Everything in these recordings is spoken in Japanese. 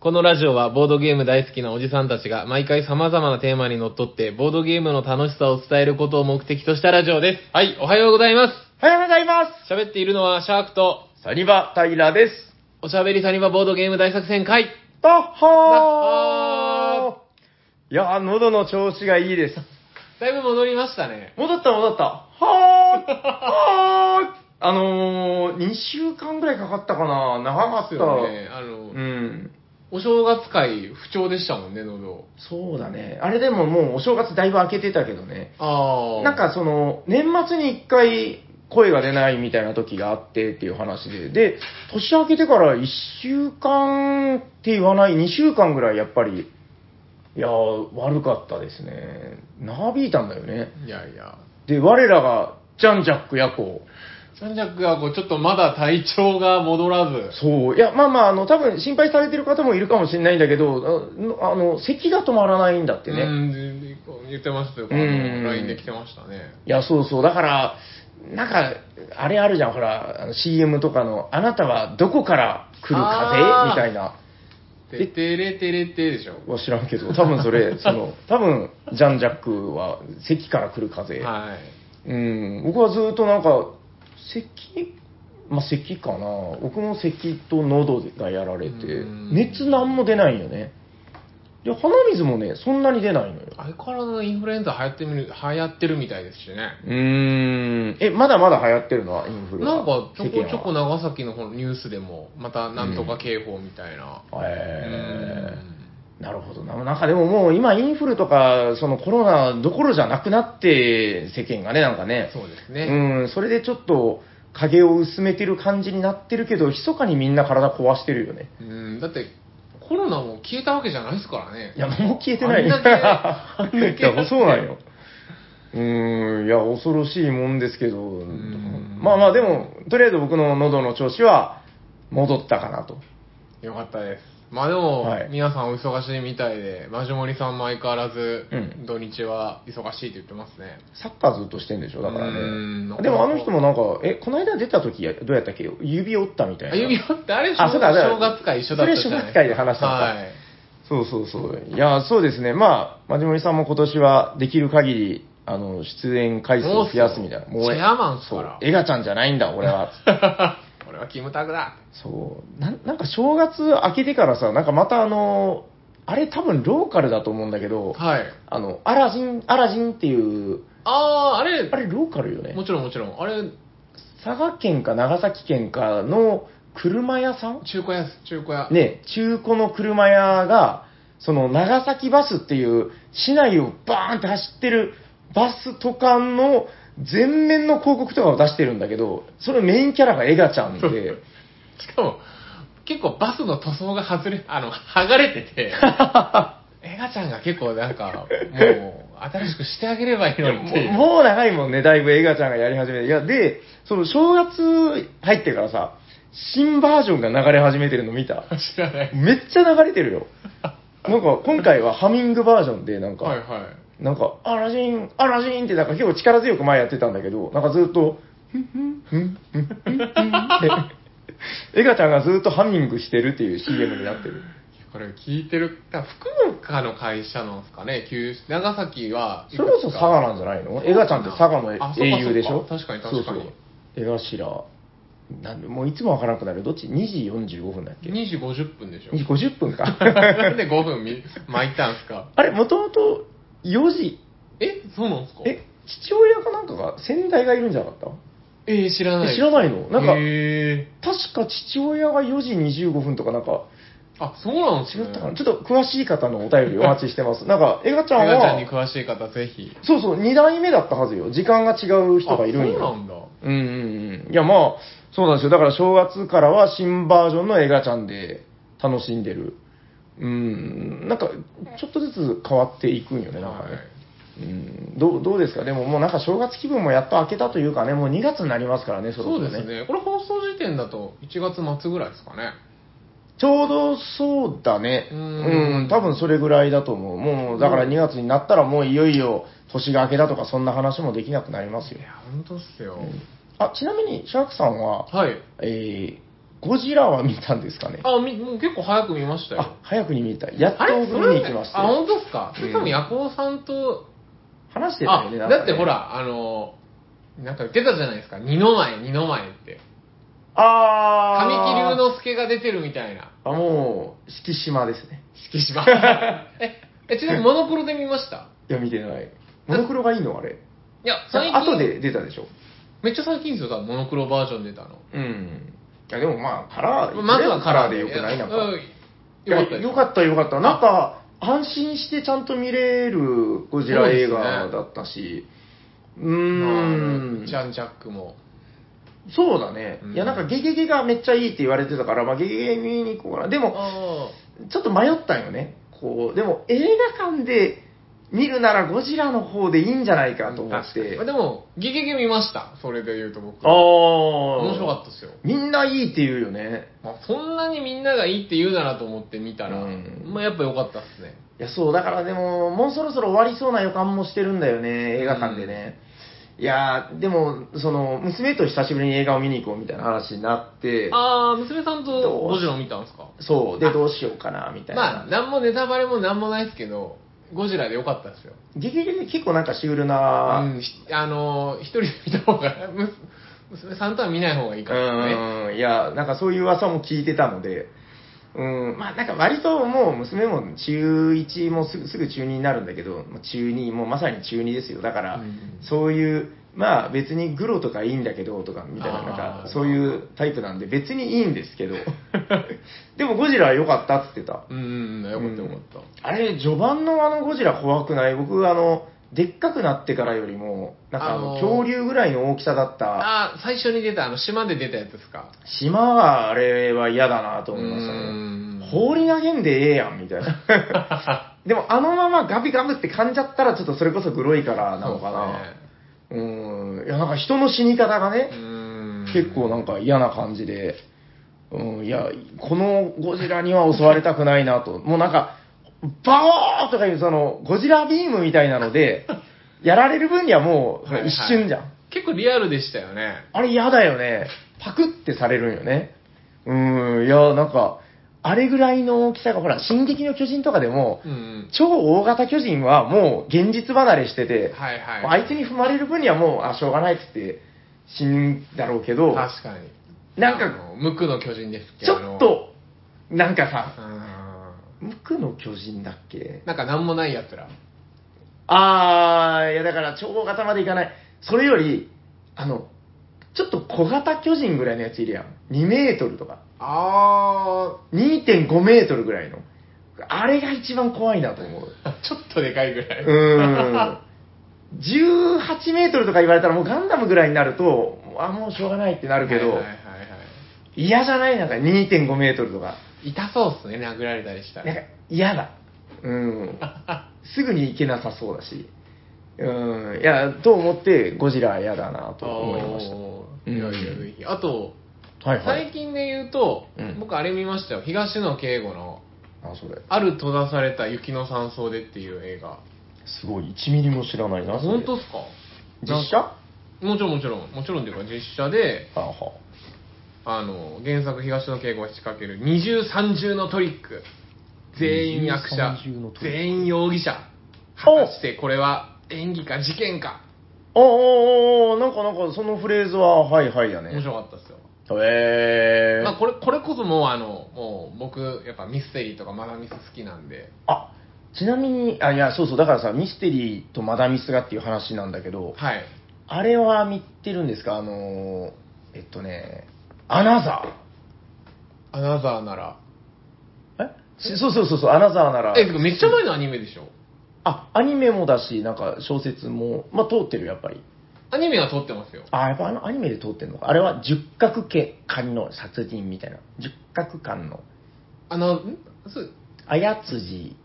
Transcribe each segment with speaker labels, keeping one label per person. Speaker 1: このラジオはボードゲーム大好きなおじさんたちが毎回様々なテーマにのっとってボードゲームの楽しさを伝えることを目的としたラジオです。はい、おはようございま。
Speaker 2: おはようございます
Speaker 1: 喋っているのはシャークと
Speaker 2: す。サニバ・タイラです。
Speaker 1: おしゃべりサニバボードゲーム大作戦会。
Speaker 2: ドッ
Speaker 1: ホー
Speaker 2: ホーいやー、喉の調子がいいです。
Speaker 1: だいぶ戻りましたね。
Speaker 2: 戻った戻った。はーはーあのー、2週間ぐらいかかったかな長かった。
Speaker 1: ね。あの、
Speaker 2: うん。
Speaker 1: お正月会不調でしたもんね、喉。
Speaker 2: そうだね。あれでももうお正月だいぶ明けてたけどね。
Speaker 1: ああ。
Speaker 2: なん、かその、年末に一回声が出ないみたいな時があってっていう話で、で、年明けてから1週間って言わない、2週間ぐらいやっぱり、いやー、悪かったですね。長引いたんだよね。
Speaker 1: いやいや。
Speaker 2: で、我らが、ジャンジャック夜行。
Speaker 1: ジャンジャックがこう、ちょっとまだ体調が戻らず。
Speaker 2: そう。いや、まあまあ、あの、多分心配されてる方もいるかもしれないんだけど、ああの、咳が止まらないんだってね。
Speaker 1: うん、言ってましたよ。あ
Speaker 2: うん
Speaker 1: の LINE で来てましたね。
Speaker 2: いや、そうそう。だから、なんか、あれあるじゃん、ほら、あの CM とかの、あなたはどこから来る
Speaker 1: あー
Speaker 2: 風みたいな。
Speaker 1: ててれてれてでしょ。
Speaker 2: は知らんけど、多分そ れ、その、多分ジャン・ジャックは、咳から来る風。
Speaker 1: はい。
Speaker 2: うん、僕はずっとなんか、咳、まあ、咳かな。僕も咳と喉がやられて
Speaker 1: うん、
Speaker 2: 熱なんも出ないよね。で、鼻水もね、そんなに出ないのよ。
Speaker 1: 相変わらずインフルエンザ流行ってみる、流行ってるみたいですしね。
Speaker 2: うーん、え、まだまだ流行ってるのは、インフルは
Speaker 1: なんか、ちょこちょこ
Speaker 2: 世間は
Speaker 1: 長崎の方のニュースでも、またなんとか警報みたいな。
Speaker 2: えー。なるほどな。なんかでももう今インフルとか、そのコロナどころじゃなくなって、世間がね、なんか
Speaker 1: う
Speaker 2: ね
Speaker 1: ん。そうです
Speaker 2: う
Speaker 1: ね。
Speaker 2: ん、それでちょっと影を薄めてる感じになってるけど、密かにみんな体壊してるよね。
Speaker 1: うん、だって、コロナも消えたわけじゃないですからね
Speaker 2: い。や、もう消えてない。
Speaker 1: あ んだけ
Speaker 2: いや、そうなんよ。うーん、いや、恐ろしいもんですけど
Speaker 1: ん、
Speaker 2: まあまあでも、とりあえず僕の喉の調子は戻ったかなと。
Speaker 1: よかったです。まあでも、
Speaker 2: はい
Speaker 1: 皆さんお忙しいみたいで、マジモリさんも相変わらず、
Speaker 2: うん
Speaker 1: 土日は忙しいって言ってますね。
Speaker 2: サッカーずっとしてんでしょ、だから
Speaker 1: うーん
Speaker 2: ね。でもあの人もなんか、え、この間出た時やどうやったっけ指折ったみたい
Speaker 1: あ、
Speaker 2: な。
Speaker 1: 指輪ってあれ
Speaker 2: あそうだ
Speaker 1: 正月会一緒だったじゃない
Speaker 2: それ正月会で話したのか
Speaker 1: はい。
Speaker 2: そうそうそう。いや、そうですね。まあ、まじもりさんも今年はできる限り、あの、出演回数を増やすみたいな。
Speaker 1: そうっすよチェアマンっすから
Speaker 2: そうエガちゃんじゃないんだ、俺は。
Speaker 1: 俺はキムタクだ。
Speaker 2: そう。なんなんか正月明けてからさ、なんかまたあの、あれ多分ローカルだと思うんだけど、
Speaker 1: はい。
Speaker 2: あの、アラジン、アラジンっていう、
Speaker 1: あー、あれ
Speaker 2: あ、れローカルよね
Speaker 1: も。ちろんもちろん。あれ、
Speaker 2: 佐賀県か長崎県かの車屋さん
Speaker 1: 中古屋です、中古屋。
Speaker 2: ね、中古の車屋が、その長崎バスっていう市内をバーンって走ってるバスとかの全面の広告とかを出してるんだけど、そのメインキャラがエガちゃん で、
Speaker 1: しかも、結構バスの塗装が外れ、あの、剥がれて て、エガちゃんが結構なんか、もう、新しくしてあげればいい
Speaker 2: いや
Speaker 1: のにっていう。
Speaker 2: もうもう長いもんね、だいぶエガちゃんがやり始めて。いや、で、その正月入ってからさ、新バージョンが流れ始めてるの 見た
Speaker 1: 知らない。
Speaker 2: めっちゃ流れてるよ。なんか今回はハミングバージョンで、なんか、
Speaker 1: はいはい。
Speaker 2: なんか、アラジン、アラジンってなんか結構力強く前やってたんだけど、なんかずっと、ふんふんふんふんふんって、エガちゃんがずっとハミングしてるっていう CM になってる。
Speaker 1: これ聞いてる、だから福岡の会社なんですかね、九州長崎は。
Speaker 2: それこそ佐賀なんじゃないのエガちゃんって佐賀の
Speaker 1: あそうかそうか
Speaker 2: 英雄でしょ
Speaker 1: 確かに確かに
Speaker 2: そうそう。江頭、なんで、もういつもわからなくなる。どっち ?2 時45分だっけ
Speaker 1: 2時50分でしょ。
Speaker 2: ?2 時50分か。
Speaker 1: なん で5分み巻いたんすか
Speaker 2: あれ、もともと4時、
Speaker 1: えそうなんすか
Speaker 2: え、父親かなんかが、先代がいるんじゃなかった
Speaker 1: えー知らない。
Speaker 2: え知らないのなんか
Speaker 1: え
Speaker 2: 確か父親が4時25分とかなんか、
Speaker 1: ー、あ、そうなんす
Speaker 2: 違
Speaker 1: ね
Speaker 2: ったかな、ちょっと詳しい方のお 便りお待ちしてます。なんか、エガちゃん
Speaker 1: エガちゃんに
Speaker 2: は、
Speaker 1: 詳しい方ぜひ。
Speaker 2: そうそう、2代目だったはずよ。時間が違う人がいるん
Speaker 1: あそう
Speaker 2: よ。
Speaker 1: なんだ。
Speaker 2: うんうんうん。いや、まあ、そうなんですよ。だから正月からは新バージョンのエガちゃんで楽しんでる。うん、なんか、ちょっとずつ変わっていくんよね、なんかね。うん、どうどうですかでももうなんか正月気分もやっと明けたというかね、もう2月になりますからね、そろ
Speaker 1: そ
Speaker 2: そうろ
Speaker 1: ですね。これ放送時点だと1月末ぐらいですかね。
Speaker 2: ちょうどそうだね。
Speaker 1: う
Speaker 2: うんん、多分それぐらいだと思う。もう、だから2月になったらもういよいよ年が明けだとかそんな話もできなくなりますよ
Speaker 1: い。や、ほんとっすよ。
Speaker 2: あ、ちなみに、シャークさんは、
Speaker 1: はい。
Speaker 2: えー、ゴジラは見たんですかね
Speaker 1: あ、み、もう結構早く見ましたよ
Speaker 2: あ。早くに見たやっと
Speaker 1: あれそ
Speaker 2: 見に
Speaker 1: れ
Speaker 2: 行きました
Speaker 1: あ、
Speaker 2: よ
Speaker 1: 本当ですか。それ多分、ヤコウさんと、
Speaker 2: 話してた
Speaker 1: あ
Speaker 2: よね、なんかね
Speaker 1: だってほら、あの、なんか出てたじゃないですか。二の前、二の前って。神木
Speaker 2: あ
Speaker 1: 隆
Speaker 2: ー
Speaker 1: 之介が出てるみたいな。
Speaker 2: あもう敷島ですね
Speaker 1: 敷島。え、えちなみにモノクロで見ました
Speaker 2: いや見てないモノク ロがいいのあれ
Speaker 1: いや、最近。
Speaker 2: あ後。で出たでしょ
Speaker 1: めっちゃ最近ですよ、多分モノクロバージョン出たの。
Speaker 2: うんいやでもまあカラー
Speaker 1: まずはカラー
Speaker 2: でよくないなんか
Speaker 1: うん
Speaker 2: いや
Speaker 1: よかったです
Speaker 2: よかったよかったなんか安心してちゃんと見れるゴジラ映画だったしう,、ーん
Speaker 1: ジャン・ジャックも。
Speaker 2: そうだね、
Speaker 1: うん
Speaker 2: いやなんかゲゲゲがめっちゃいいって言われてたから、まあ、ゲゲゲ見に行こうかなでも
Speaker 1: あ
Speaker 2: ちょっと迷ったんよねこうでも映画館で見るならゴジラの方でいいんじゃないかと思っ
Speaker 1: ー
Speaker 2: て
Speaker 1: まあでも、ゲゲゲ見ました。それで言うと僕。
Speaker 2: ああ面
Speaker 1: 面白かったですよ。
Speaker 2: みんないいって言うよね
Speaker 1: まあ、そんなにみんながいいって言うならと思って見たら、
Speaker 2: うん
Speaker 1: まあやっぱ良かったっすね。
Speaker 2: いや、そう、だからでも、もうそろそろ終わりそうな予感もしてるんだよね、映画館でね。いやー、でも、その、娘と久しぶりに映画を見に行こうみたいな話になって、
Speaker 1: ああ、娘さんとゴジラ見たんですか
Speaker 2: そう、で、どうしようかな、みたいな。
Speaker 1: まあ、なんもネタバレもなんもないですけど、ゴジラで良かったですよ。
Speaker 2: ゲゲゲで結構なんかシュール
Speaker 1: う
Speaker 2: な、
Speaker 1: ん、ひあのー、一人で見た方が、む娘さんとは見ない方がいいかもね。
Speaker 2: うんいや、なんかそういう噂も聞いてたので、うん、まあなんか割ともう娘も中1もすぐすぐ中2になるんだけど、まあ中2、もうまさに中2ですよ。だから、
Speaker 1: うん
Speaker 2: そういう、まあ別にグロとかいいんだけどとかみたいな、
Speaker 1: あー
Speaker 2: なんかそういうタイプなんで別にいいんですけど、 でもゴジラは良かったって言ってた。
Speaker 1: うん、うん、よかったよかった。
Speaker 2: あれ、序盤のあのゴジラ怖くない僕、あの、でっかくなってからよりも、なんかあの、
Speaker 1: あのー
Speaker 2: 恐竜ぐらいの大きさだった、
Speaker 1: ああ、最初に出た、あの、島で出たやつですか。
Speaker 2: 島はあれは嫌だなと思いました
Speaker 1: う
Speaker 2: ね。
Speaker 1: ん
Speaker 2: 放り投げんでええやん、みたいな。でもあのままガビガブって噛んじゃったらちょっとそれこそグロいからなのかな。う,、ん。いや、なんか人の死に方がね、結構なんんか嫌な感じで、うん、いや、このゴジラには襲われたくないなと。もうなんか、バオーとかいうその、ゴジラビームみたいなので、やられる分にはもう
Speaker 1: はいはい
Speaker 2: 一瞬じゃん。
Speaker 1: 結構リアルでしたよね。
Speaker 2: あれ嫌だよね。パクってされるんよね。うーん、いや、なんか、あれぐらいの大きさが、ほら、進撃の巨人とかでも、
Speaker 1: うん。
Speaker 2: 超大型巨人はもう現実離れしてて、
Speaker 1: はいはい。
Speaker 2: あいつに踏まれる分にはもう、あ、しょうがないっつって死ぬんだろうけど、
Speaker 1: 確かに。
Speaker 2: なん
Speaker 1: あ
Speaker 2: か、
Speaker 1: の、無垢の巨人ですっけ
Speaker 2: ちょっ。と、なんかさ
Speaker 1: あ、の
Speaker 2: 無垢の巨人だっけ
Speaker 1: うんなんかなんもないやつら。
Speaker 2: あー、いやだから超大型までいかない。それより、あの、ちょっと小型巨人ぐらいのやついるやん。2メートルとか。
Speaker 1: あ
Speaker 2: 2.5メートルぐらいの。あれが一番怖いなと思う。
Speaker 1: ー、 ちょっとでかいぐらい。
Speaker 2: うーん。18メートルとか言われたらもうガンダムぐらいになると、あ、もうしょうがないってなるけど
Speaker 1: はいはい、はいは
Speaker 2: 嫌じゃないなんか2.5メートルとか。
Speaker 1: い。痛そうっすね、殴られたりした。
Speaker 2: なんから嫌だ。 うん。すぐに行けなさそうだし。うん。いや、と思ってゴジラは嫌だなと思いまし
Speaker 1: お
Speaker 2: う
Speaker 1: ーい
Speaker 2: ん
Speaker 1: やいやぜひあと、
Speaker 2: た。はいは
Speaker 1: 最
Speaker 2: い。
Speaker 1: 近で言うと
Speaker 2: うん、
Speaker 1: 僕あれ見ましたよ。東野圭吾の、
Speaker 2: あ、それ。
Speaker 1: ある閉ざされた雪の山荘でっていう映画。
Speaker 2: すごい、1ミリも知らないな。それ
Speaker 1: 本当っすか
Speaker 2: 実写あ
Speaker 1: もちろんもちろん。もちろんっていうか実写で、
Speaker 2: は。
Speaker 1: あの、原作東野圭吾が仕掛ける二重三重のトリック。全員悪者
Speaker 2: 二重三重の、トリック
Speaker 1: 全員容疑者。
Speaker 2: お
Speaker 1: 果たしてこれは演技か事件か。
Speaker 2: おーおーおーなんかなんかそのフレーズははいはいやね
Speaker 1: 面白かったですよ。
Speaker 2: へえー
Speaker 1: まあこれ、これこそもうあの、もう僕、やっぱミステリーとかマダミス好きなんで。
Speaker 2: あちなみにあいやそうそうだからさミステリーとマダミスがっていう話なんだけど
Speaker 1: はい。
Speaker 2: あれは見てるんですかあのーえっとねアナザ
Speaker 1: アナザーなら。
Speaker 2: ーえしそうそうそうそうアナザーなら
Speaker 1: え、てかめっちゃ前のアニメでしょ
Speaker 2: あアニメもだしなんか小説もまあ通ってるやっぱり
Speaker 1: アニメは撮ってますよ。
Speaker 2: あやっぱあのアニメで通ってるのかあれは十角家間の殺人みたいな十角間の
Speaker 1: あの、んそう
Speaker 2: あやつじ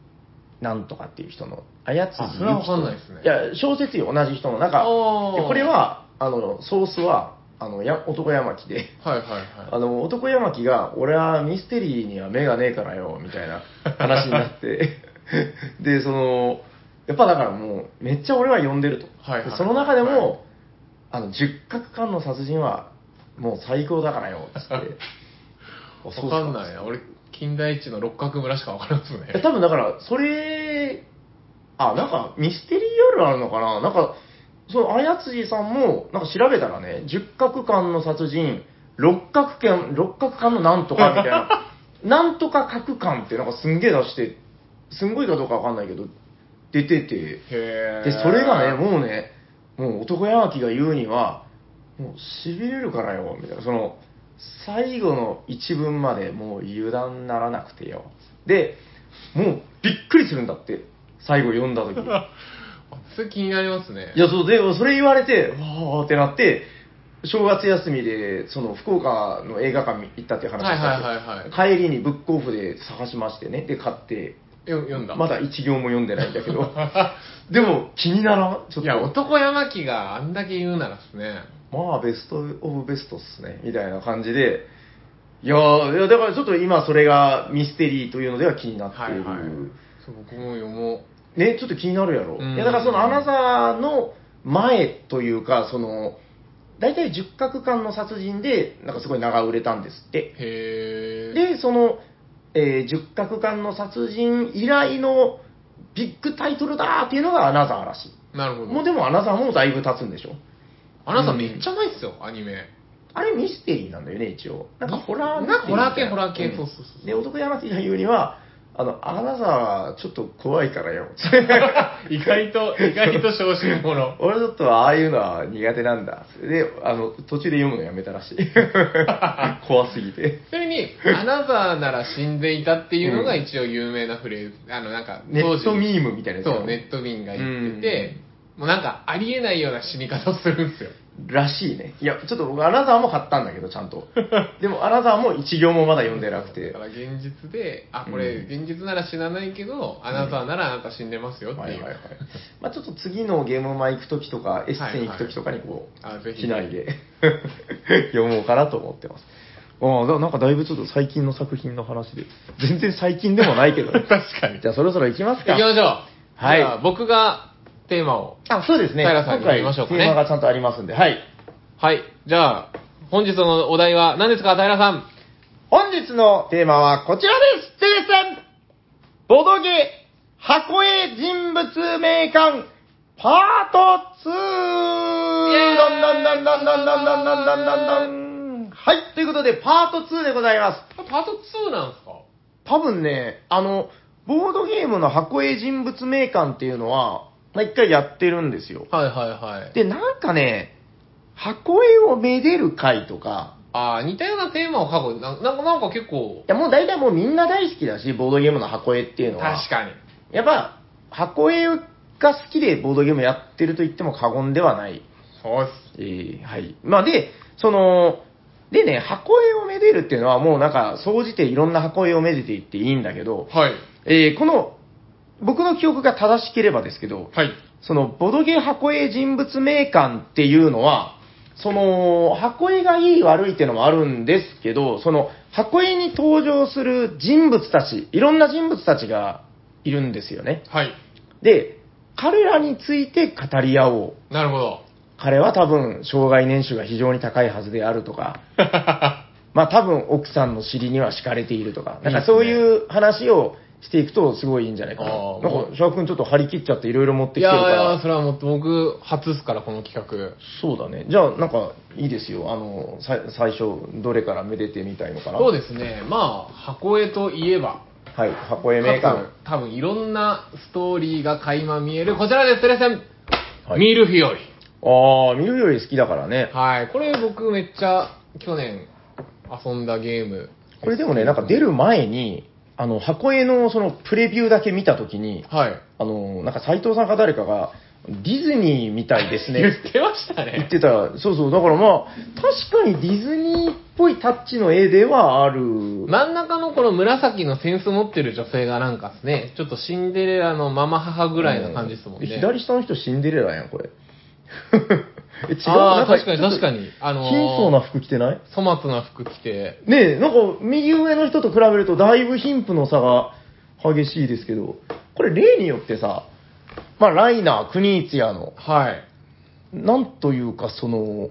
Speaker 2: なんとかっていう人の、あやつじゆ
Speaker 1: あ
Speaker 2: き
Speaker 1: それはわかんないですね
Speaker 2: いや、小説よ、同じ人の。なんか、
Speaker 1: あ
Speaker 2: で
Speaker 1: ー
Speaker 2: これは、あの、ソースは、あの、や男山木で、
Speaker 1: はいはいはい。
Speaker 2: あの、男山木が、俺はミステリーには目がねえからよ、みたいな話になって、 で、その、やっぱだからもう、めっちゃ俺は読んでると。
Speaker 1: はいはい
Speaker 2: でその中でも、
Speaker 1: はい
Speaker 2: あの、十角館の殺人は、もう最高だからよ、つって。かそう
Speaker 1: わ
Speaker 2: っすか
Speaker 1: かんないな。俺、金田一の六角村しかわからんっす
Speaker 2: いや
Speaker 1: ね。
Speaker 2: 多分だから、それ、あ、なんかミステリーあるあるのかななんか、その、あやつじさんも、なんか調べたらね、十角館の殺人、六角館、六角館のなんとかみたいな、なんとか角館ってなんかすんげえ出して、すんごいかどうかわかんないけど、出てて、
Speaker 1: へ
Speaker 2: で、それがね、もうね、もう男山木が言うには、もう痺れるからよ、みたいな、その、最後の一文までもう油断ならなくてよ。で、もうびっくりするんだって、最後読んだ 時。
Speaker 1: それ気になりますね。
Speaker 2: いや、そう、で、それ言われて、わーってなって、正月休みで、その、福岡の映画館に行ったっていう話をしたんですよ
Speaker 1: はいはいはい
Speaker 2: 帰りにブックオフで探しましてね、で、買って、
Speaker 1: よ読んだ。
Speaker 2: まだ一行も読んでないんだけど、でも、気にならんちょっと。
Speaker 1: いや、男山木があんだけ言うならですね。
Speaker 2: まあ、ベストオブベストっすね、みたいな感じで、いやーいやだからちょっと今それがミステリーというのでは気になって
Speaker 1: はい
Speaker 2: る。
Speaker 1: いはい。そう僕も読も
Speaker 2: ね、ちょっと気になるやろ。
Speaker 1: うん
Speaker 2: いや、だからそのアナザーの前というか、その、大体十角館の殺人で、なんかすごい長売れたんですって。
Speaker 1: う。へえ。
Speaker 2: で、その、えー十角館の殺人以来のビッグタイトルだーっていうのがアナザーらしい。
Speaker 1: なるほど。
Speaker 2: もうでもアナザーもだいぶ経つんでしょ
Speaker 1: あなためっちゃ前っすよ、アニメ。
Speaker 2: あれミステリーなんだよね、一応。なんかホラー
Speaker 1: なんかホラー系
Speaker 2: ミステリみたいな
Speaker 1: ホラー系
Speaker 2: ん
Speaker 1: そうそうそう
Speaker 2: で、男山木が言うには、あの、あなたはちょっと怖いから よ。
Speaker 1: 意外と、意外と小心者。
Speaker 2: 俺ちょっとああいうのは苦手なんだ。で、あの、途中で読むのやめた らしい。怖すぎて。
Speaker 1: それに、アナザーなら死んでいたっていうのが一応有名なフレーズ。あの、なんか、
Speaker 2: ネットミームみたいなやつやろ
Speaker 1: そう、ネットミンが言ってて、もうなんか、ありえないような死に方をするんですよ。
Speaker 2: らしいね。いや、ちょっと僕、アナザーも買ったんだけど、ちゃ んと。でも、アナザーも一行もまだ読んでなく
Speaker 1: だ
Speaker 2: て
Speaker 1: か。ら現実で、あ、こ
Speaker 2: う
Speaker 1: れ、
Speaker 2: ん
Speaker 1: 現実なら死なないけど、アナザーならあなた死んでますよって
Speaker 2: はい
Speaker 1: い
Speaker 2: は
Speaker 1: う。
Speaker 2: いはい。まあちょっと次のゲームマ行くときとか、エッセン行くときとかにこう、
Speaker 1: はいはいあぜひ
Speaker 2: 機内で 読もうかなと思ってます。ああ、だなんかだいぶちょっと最近の作品の話で。全然最近でもないけど、ね。
Speaker 1: 確かに。
Speaker 2: じゃあそろそろ行きます
Speaker 1: 行
Speaker 2: か。
Speaker 1: きましょう。
Speaker 2: はい
Speaker 1: じゃあ僕がテーマを。
Speaker 2: あ、そうですね。
Speaker 1: 平さんに
Speaker 2: 今回
Speaker 1: 行きましょうかね
Speaker 2: テーマがちゃんとありますんで。はい。
Speaker 1: はい。じゃあ、本日のお題は何ですか、平さん。
Speaker 2: 本日のテーマはこちらです。テレさんボドゲ箱絵人物名鑑パート 2!
Speaker 1: エーイ
Speaker 2: どんどんどんどんどんどんどんどんどんどんはい、ということでパート2でございます。
Speaker 1: パート2なんですか
Speaker 2: 多分ね、あの、ボードゲームの箱絵人物名鑑っていうのは、まあ一回やってるんですよ。
Speaker 1: はいはいはい。
Speaker 2: で、なんかね、箱絵をめでる回とか、
Speaker 1: ああ、似たようなテーマを書く。ななんか、なんか結構
Speaker 2: い、やもう大体もうみんな大好きだし、ボードゲームの箱絵っていうのは。
Speaker 1: 確かに。
Speaker 2: やっぱ、箱絵が好きでボードゲームやってると言っても過言ではない。
Speaker 1: そうっす。
Speaker 2: えーはい。まあで、その、でね、箱絵をめでるっていうのはもうなんか、総じていろんな箱絵をめでていっていいんだけど、
Speaker 1: はい。
Speaker 2: えーこの、僕の記憶が正しければですけど、
Speaker 1: はい。
Speaker 2: その、ボドゲ箱絵人物名鑑っていうのは、その、箱絵がいい悪いっていうのもあるんですけど、その、箱絵に登場する人物たち、いろんな人物たちがいるんですよね。
Speaker 1: はい。
Speaker 2: で、彼らについて語り合おう。
Speaker 1: なるほど。
Speaker 2: 彼は多分、障害年収が非常に高いはずであるとか、まあ多分、奥さんの尻には敷かれているとか、なんかそういう話をしていくとすごいいいんじゃないかな。
Speaker 1: あ
Speaker 2: なん
Speaker 1: ー
Speaker 2: か、翔く君ちょっと張り切っちゃっていろいろ持ってきて
Speaker 1: い
Speaker 2: るか
Speaker 1: やい
Speaker 2: ら。
Speaker 1: や、それはもう僕、初っすから、この企画。
Speaker 2: そうだね。じゃあ、なんか、いいですよ。あの、さ最初、どれからめでてみたいのかな。
Speaker 1: そう
Speaker 2: で
Speaker 1: ですね。まあ、箱絵といえば、
Speaker 2: す。はい。箱絵メーカー
Speaker 1: かつ多分いろんなストーリーが垣間見える、こちらです、テレセン。
Speaker 2: はい
Speaker 1: ミルフィオリ。
Speaker 2: ああ、見るより好きだからね。
Speaker 1: はい。これ僕めっちゃ去年遊んだゲーム。
Speaker 2: これでもね、なんか出る前に、あの、箱絵のそのプレビューだけ見たときに、
Speaker 1: はい。
Speaker 2: あの、なんか斎藤さんか誰かが、ディズニーみたいです
Speaker 1: 言
Speaker 2: ね。
Speaker 1: ってました
Speaker 2: 言っ
Speaker 1: ね。
Speaker 2: てた。そうそう。だからまあ、確かにディズニーっぽいタッチの絵ではある。
Speaker 1: 真ん中のこの紫のセンス持ってる女性がなんかですね、ちょっとシンデレラのママ母ぐらいな感じですもんね。
Speaker 2: う左下の人シンデレラやん、これ。 え違う
Speaker 1: あ
Speaker 2: な
Speaker 1: あ、
Speaker 2: んか
Speaker 1: 確かに確かに。あのー、
Speaker 2: 貧相な服着てない
Speaker 1: 粗末な服着て、
Speaker 2: ねえ、なんか右上の人と比べるとだいぶ貧富の差が激しいですけど、これ例によってさ、まあライナー、クニーツィアの、
Speaker 1: はい。
Speaker 2: なんというかその、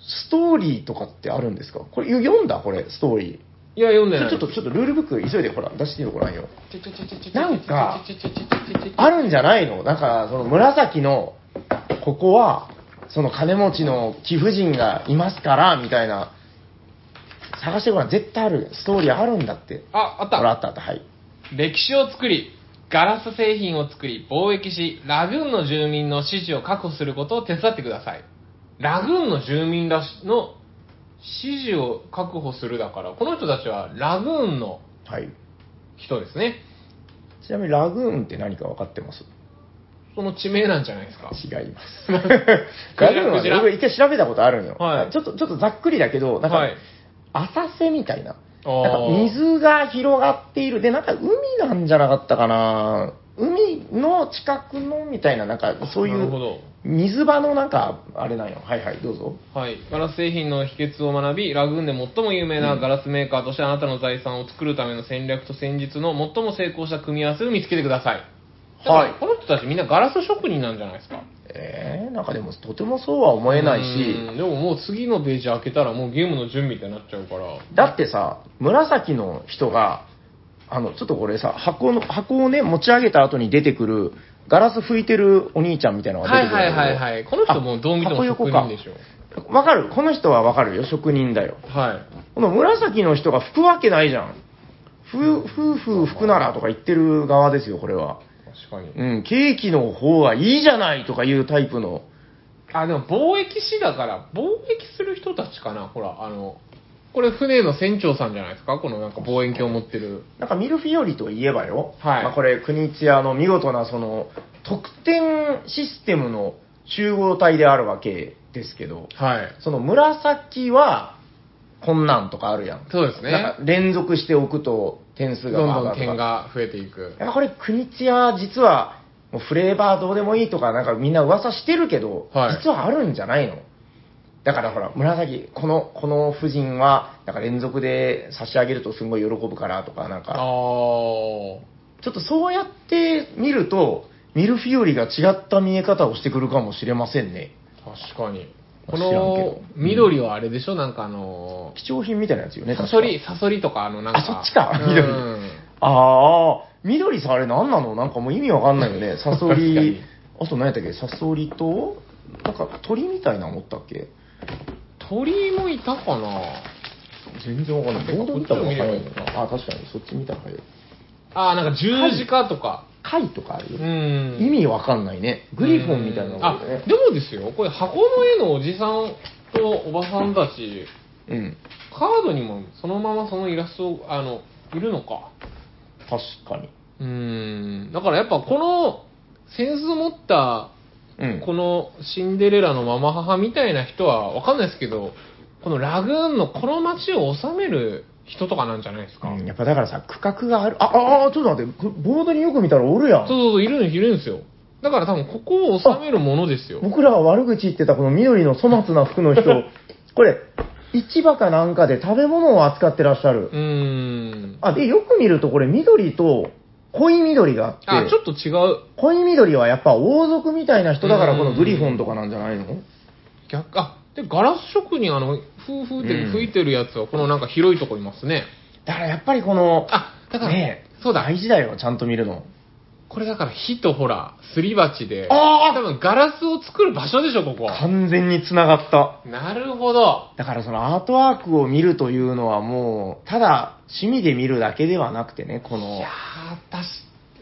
Speaker 2: ストーリーとかってあるんですかこれ読んだこれ、ストーリ
Speaker 1: いや、読んでない。
Speaker 2: ちょっと、ちょっとルールブック急いでほら、出してよ、ご覧よ。
Speaker 1: ちょちょちょちょちょ、
Speaker 2: なんか
Speaker 1: ちょちょちょちょちょちょ
Speaker 2: あるんじゃないのだから、その紫の、ここは、その金持ちの貴婦人がいますから、みたいな、探してごらん。絶対ある。ストーリーあるんだって。
Speaker 1: あ、あっ
Speaker 2: ほら、あ
Speaker 1: た。
Speaker 2: ったあった、はい。
Speaker 1: 歴史を作り、ガラス製品を作り、貿易し、ラグーンの住民の支持を確保することを手伝ってください。ラグーンの住民らしの支持を確保するだから、この人たちはラグーンの
Speaker 2: はい。
Speaker 1: 人ですね。
Speaker 2: ちなみにラグーンって何か分かってます
Speaker 1: その地名なんじゃないですか。
Speaker 2: 違います。ラグーン
Speaker 1: ク
Speaker 2: は
Speaker 1: ジ
Speaker 2: ね、
Speaker 1: ラ
Speaker 2: 僕一回調べたことあるんよ。
Speaker 1: はい
Speaker 2: ちょっと、ちょっとざっくりだけど、なん
Speaker 1: は
Speaker 2: か
Speaker 1: い、。
Speaker 2: 浅瀬みたいな。
Speaker 1: あ
Speaker 2: なんか
Speaker 1: ー
Speaker 2: 水が広がっている。で、なんか海なんじゃなかったかな海の近くのみたいな、なんかそうい
Speaker 1: なるほ
Speaker 2: う
Speaker 1: ど。
Speaker 2: 水場のなんか、あれなんよ。はいはい、どうぞ。
Speaker 1: はい、ガラス製品の秘訣を学びラグーンで最も有名なガラスメーカーとしてあなたの財産を作るための戦略と戦術の最も成功した組み合わせを見つけてください
Speaker 2: はい
Speaker 1: だからこの人たちみんなガラス職人なんじゃないですか
Speaker 2: えー、なんかでもとてもそうは思えないし、
Speaker 1: うんでももう次のページ開けたらもうゲームの準備ってなっちゃうから
Speaker 2: だってさ、紫の人が、あの、ちょっとこれさ、箱の、箱をね、持ち上げた後に出てくる、ガラス拭いてるお兄ちゃんみたいなのが
Speaker 1: は
Speaker 2: 出て
Speaker 1: い
Speaker 2: くるん
Speaker 1: は
Speaker 2: だ
Speaker 1: い
Speaker 2: けど。
Speaker 1: はいはいこの人もうどう見ても職人でしょ
Speaker 2: ょ。わかるこの人はわかるよ。職人だよ。
Speaker 1: はい
Speaker 2: この紫の人が拭くわけないじゃん。ふ、ふうふう拭くならとか言ってる側ですよ、これは。
Speaker 1: 確かに
Speaker 2: うん、ケーキの方がいいじゃないとかいうタイプの。
Speaker 1: あでも貿易士だから貿易する人たちかなほらあのこれ船の船長さんじゃないですかこのなんか望遠鏡を持ってる
Speaker 2: なんかミルフィオリといえばよ、
Speaker 1: はい
Speaker 2: まあこれ、国津屋の見事なその特典システムの集合体であるわけですけど、
Speaker 1: はい
Speaker 2: その紫はこんなんとかあるやん。
Speaker 1: そうですね
Speaker 2: なんか連続しておくと点数
Speaker 1: どんど
Speaker 2: が
Speaker 1: ん
Speaker 2: バーバーとか
Speaker 1: 点が増えていく。
Speaker 2: やっぱこれ、国津屋、実は、もうフレーバーどうでもいいとか、なんかみんな噂してるけど、
Speaker 1: はい
Speaker 2: 実はあるんじゃないのだからほら、紫、この、この夫人は、なんか連続で差し上げるとすごい喜ぶからとか、なん
Speaker 1: あ
Speaker 2: か、
Speaker 1: ー
Speaker 2: ちょっとそうやって見ると、ミルフィオリが違った見え方をしてくるかもしれませんね。
Speaker 1: 確かに。
Speaker 2: まあ
Speaker 1: こ
Speaker 2: 知らんけど
Speaker 1: の緑はあれでしょなんかあの
Speaker 2: 貴重品みたいなやつよね、
Speaker 1: ー、サ
Speaker 2: 確
Speaker 1: ソ
Speaker 2: か
Speaker 1: リ、サソリとかあのなんか。
Speaker 2: あそっちか
Speaker 1: うん
Speaker 2: 緑ああ、緑さ、あれ何なのなんかもう意味わかんないよね。サ
Speaker 1: 確
Speaker 2: ソ
Speaker 1: かに
Speaker 2: リ、あと何やったっけサソリと、なんか鳥みたいなの持ったっけ
Speaker 1: 鳥もいたかな
Speaker 2: 全然わかんない。ボード見た方が早いのかな。あ、確かに、そっち見た方が早い。
Speaker 1: あーなんか十字架とか。
Speaker 2: 貝とかある
Speaker 1: う
Speaker 2: よ。
Speaker 1: ん。
Speaker 2: 意味わかんないね。グリフォンみたいな
Speaker 1: うん
Speaker 2: の
Speaker 1: あ
Speaker 2: が、ね。
Speaker 1: でもですよ、これ箱の絵のおじさんとおばさんたち、
Speaker 2: うん。
Speaker 1: カードにもそのままそのイラスト、あの、いるのか。
Speaker 2: 確かに。
Speaker 1: うーんだからやっぱこのセンス持った
Speaker 2: うん。
Speaker 1: このシンデレラのママ母みたいな人はわかんないですけどこのラグーンのこの街を治める人とかなんじゃないですか、
Speaker 2: うんやっぱだからさ、区画がある。あ、あー、ちょっと待って、こボードによく見たらおるや。
Speaker 1: そうんそうそういるんいるんですよだから多分ここを治めるものですよ
Speaker 2: 僕らが悪口言ってたこの緑の粗末な服の人、 これ、市場かなんかで食べ物を扱ってらっしゃる
Speaker 1: う。ーん
Speaker 2: あ、で、よく見るとこれ緑と濃い緑があって、
Speaker 1: あちょっと違う
Speaker 2: 濃い緑はやっぱ王族みたいな人だからこのグリフォンとかなんじゃないの
Speaker 1: 逆あでガラス職人あのフーフーって吹いてるやつはこのなんか広いとこいますね、
Speaker 2: だからやっぱりこの、
Speaker 1: あだから、
Speaker 2: ね
Speaker 1: そうだ
Speaker 2: 大事だよ、ちゃんと見るの。
Speaker 1: これだから火とほらすり鉢で
Speaker 2: あ
Speaker 1: 多分ガラスを作る場所でしょ、ここ。
Speaker 2: 完全に繋がった。
Speaker 1: なるほど。
Speaker 2: だからそのアートワークを見るというのはもう、ただ趣味で見るだけではなくてね、こ
Speaker 1: い
Speaker 2: の
Speaker 1: や、ー、たし、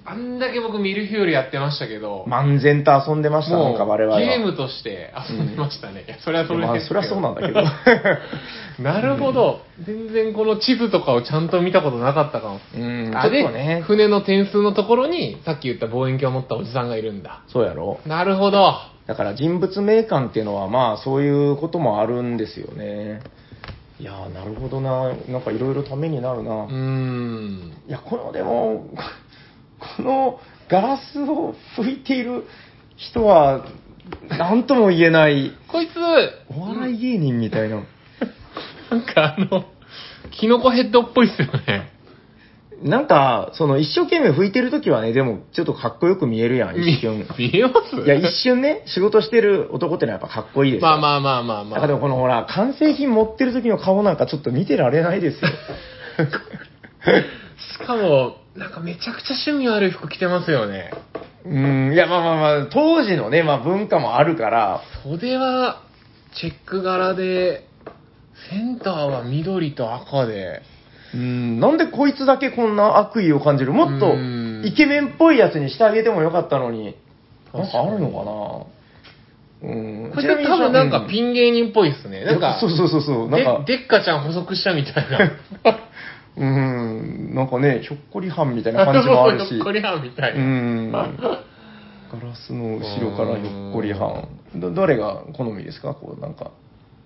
Speaker 1: あんだけ僕ミルフィーユやってましたけど、
Speaker 2: 漫然と遊んでました、なんか我々は。
Speaker 1: ゲームとして遊んでましたね。いや、それはそれ
Speaker 2: まあ
Speaker 1: です
Speaker 2: そ
Speaker 1: けど
Speaker 2: れはそうなんだけど。
Speaker 1: なるほど。全然この地図とかをちゃんと見たことなかったかも。
Speaker 2: うん、ちょ
Speaker 1: あ
Speaker 2: っと
Speaker 1: で、
Speaker 2: ね。
Speaker 1: 船の点数のところに、さっき言った望遠鏡を持ったおじさんがいるんだ。
Speaker 2: そうやろ
Speaker 1: なるほど。
Speaker 2: だから人物名鑑っていうのはまあそういうこともあるんですよね。いやーなるほどな。なんかいろいろためになるな。
Speaker 1: うー
Speaker 2: い
Speaker 1: ん。
Speaker 2: や、このでも、 このガラスを拭いている人は、なんとも言えない、
Speaker 1: こいつ、
Speaker 2: お笑い芸人みたいな。
Speaker 1: なんかあの、キノコヘッドっぽいっすよね。
Speaker 2: なんか、その一生懸命拭いてる時はね、でもちょっとかっこよく見えるやん、一瞬。
Speaker 1: 見見えます
Speaker 2: いや、一瞬ね、仕事してる男ってのはやっぱかっこいいですよ。
Speaker 1: まあまあまあまあま
Speaker 2: なんかで
Speaker 1: あ。
Speaker 2: もこのほら、完成品持ってる時の顔なんかちょっと見てられないですよ。
Speaker 1: しかも、なんかめちゃくちゃ趣味悪い服着てますよね。
Speaker 2: うん、いや、まあまあまあ、当時のね、まあ文化もあるから、
Speaker 1: 袖はチェック柄で、センターは緑と赤で。
Speaker 2: うん、なんでこいつだけこんな悪意を感じるもっと
Speaker 1: うん
Speaker 2: イケメンっぽいやつにしてあげてもよかったのに、
Speaker 1: 確かに
Speaker 2: なんかあるのかなうん。
Speaker 1: これで多分なんかピ
Speaker 2: ン、
Speaker 1: ン芸人っぽいっすね。なんか、
Speaker 2: そうそうそうそう、なんか、
Speaker 1: ででっかちゃん補足したみたいな。
Speaker 2: うん、なんかね、ひょっこりはんみたいな感じもあるし、
Speaker 1: ひょっこりはんみたいうな。
Speaker 2: ん。ガラスの後ろからひょっこりはん。ど、どれが好みですかこう、なんか、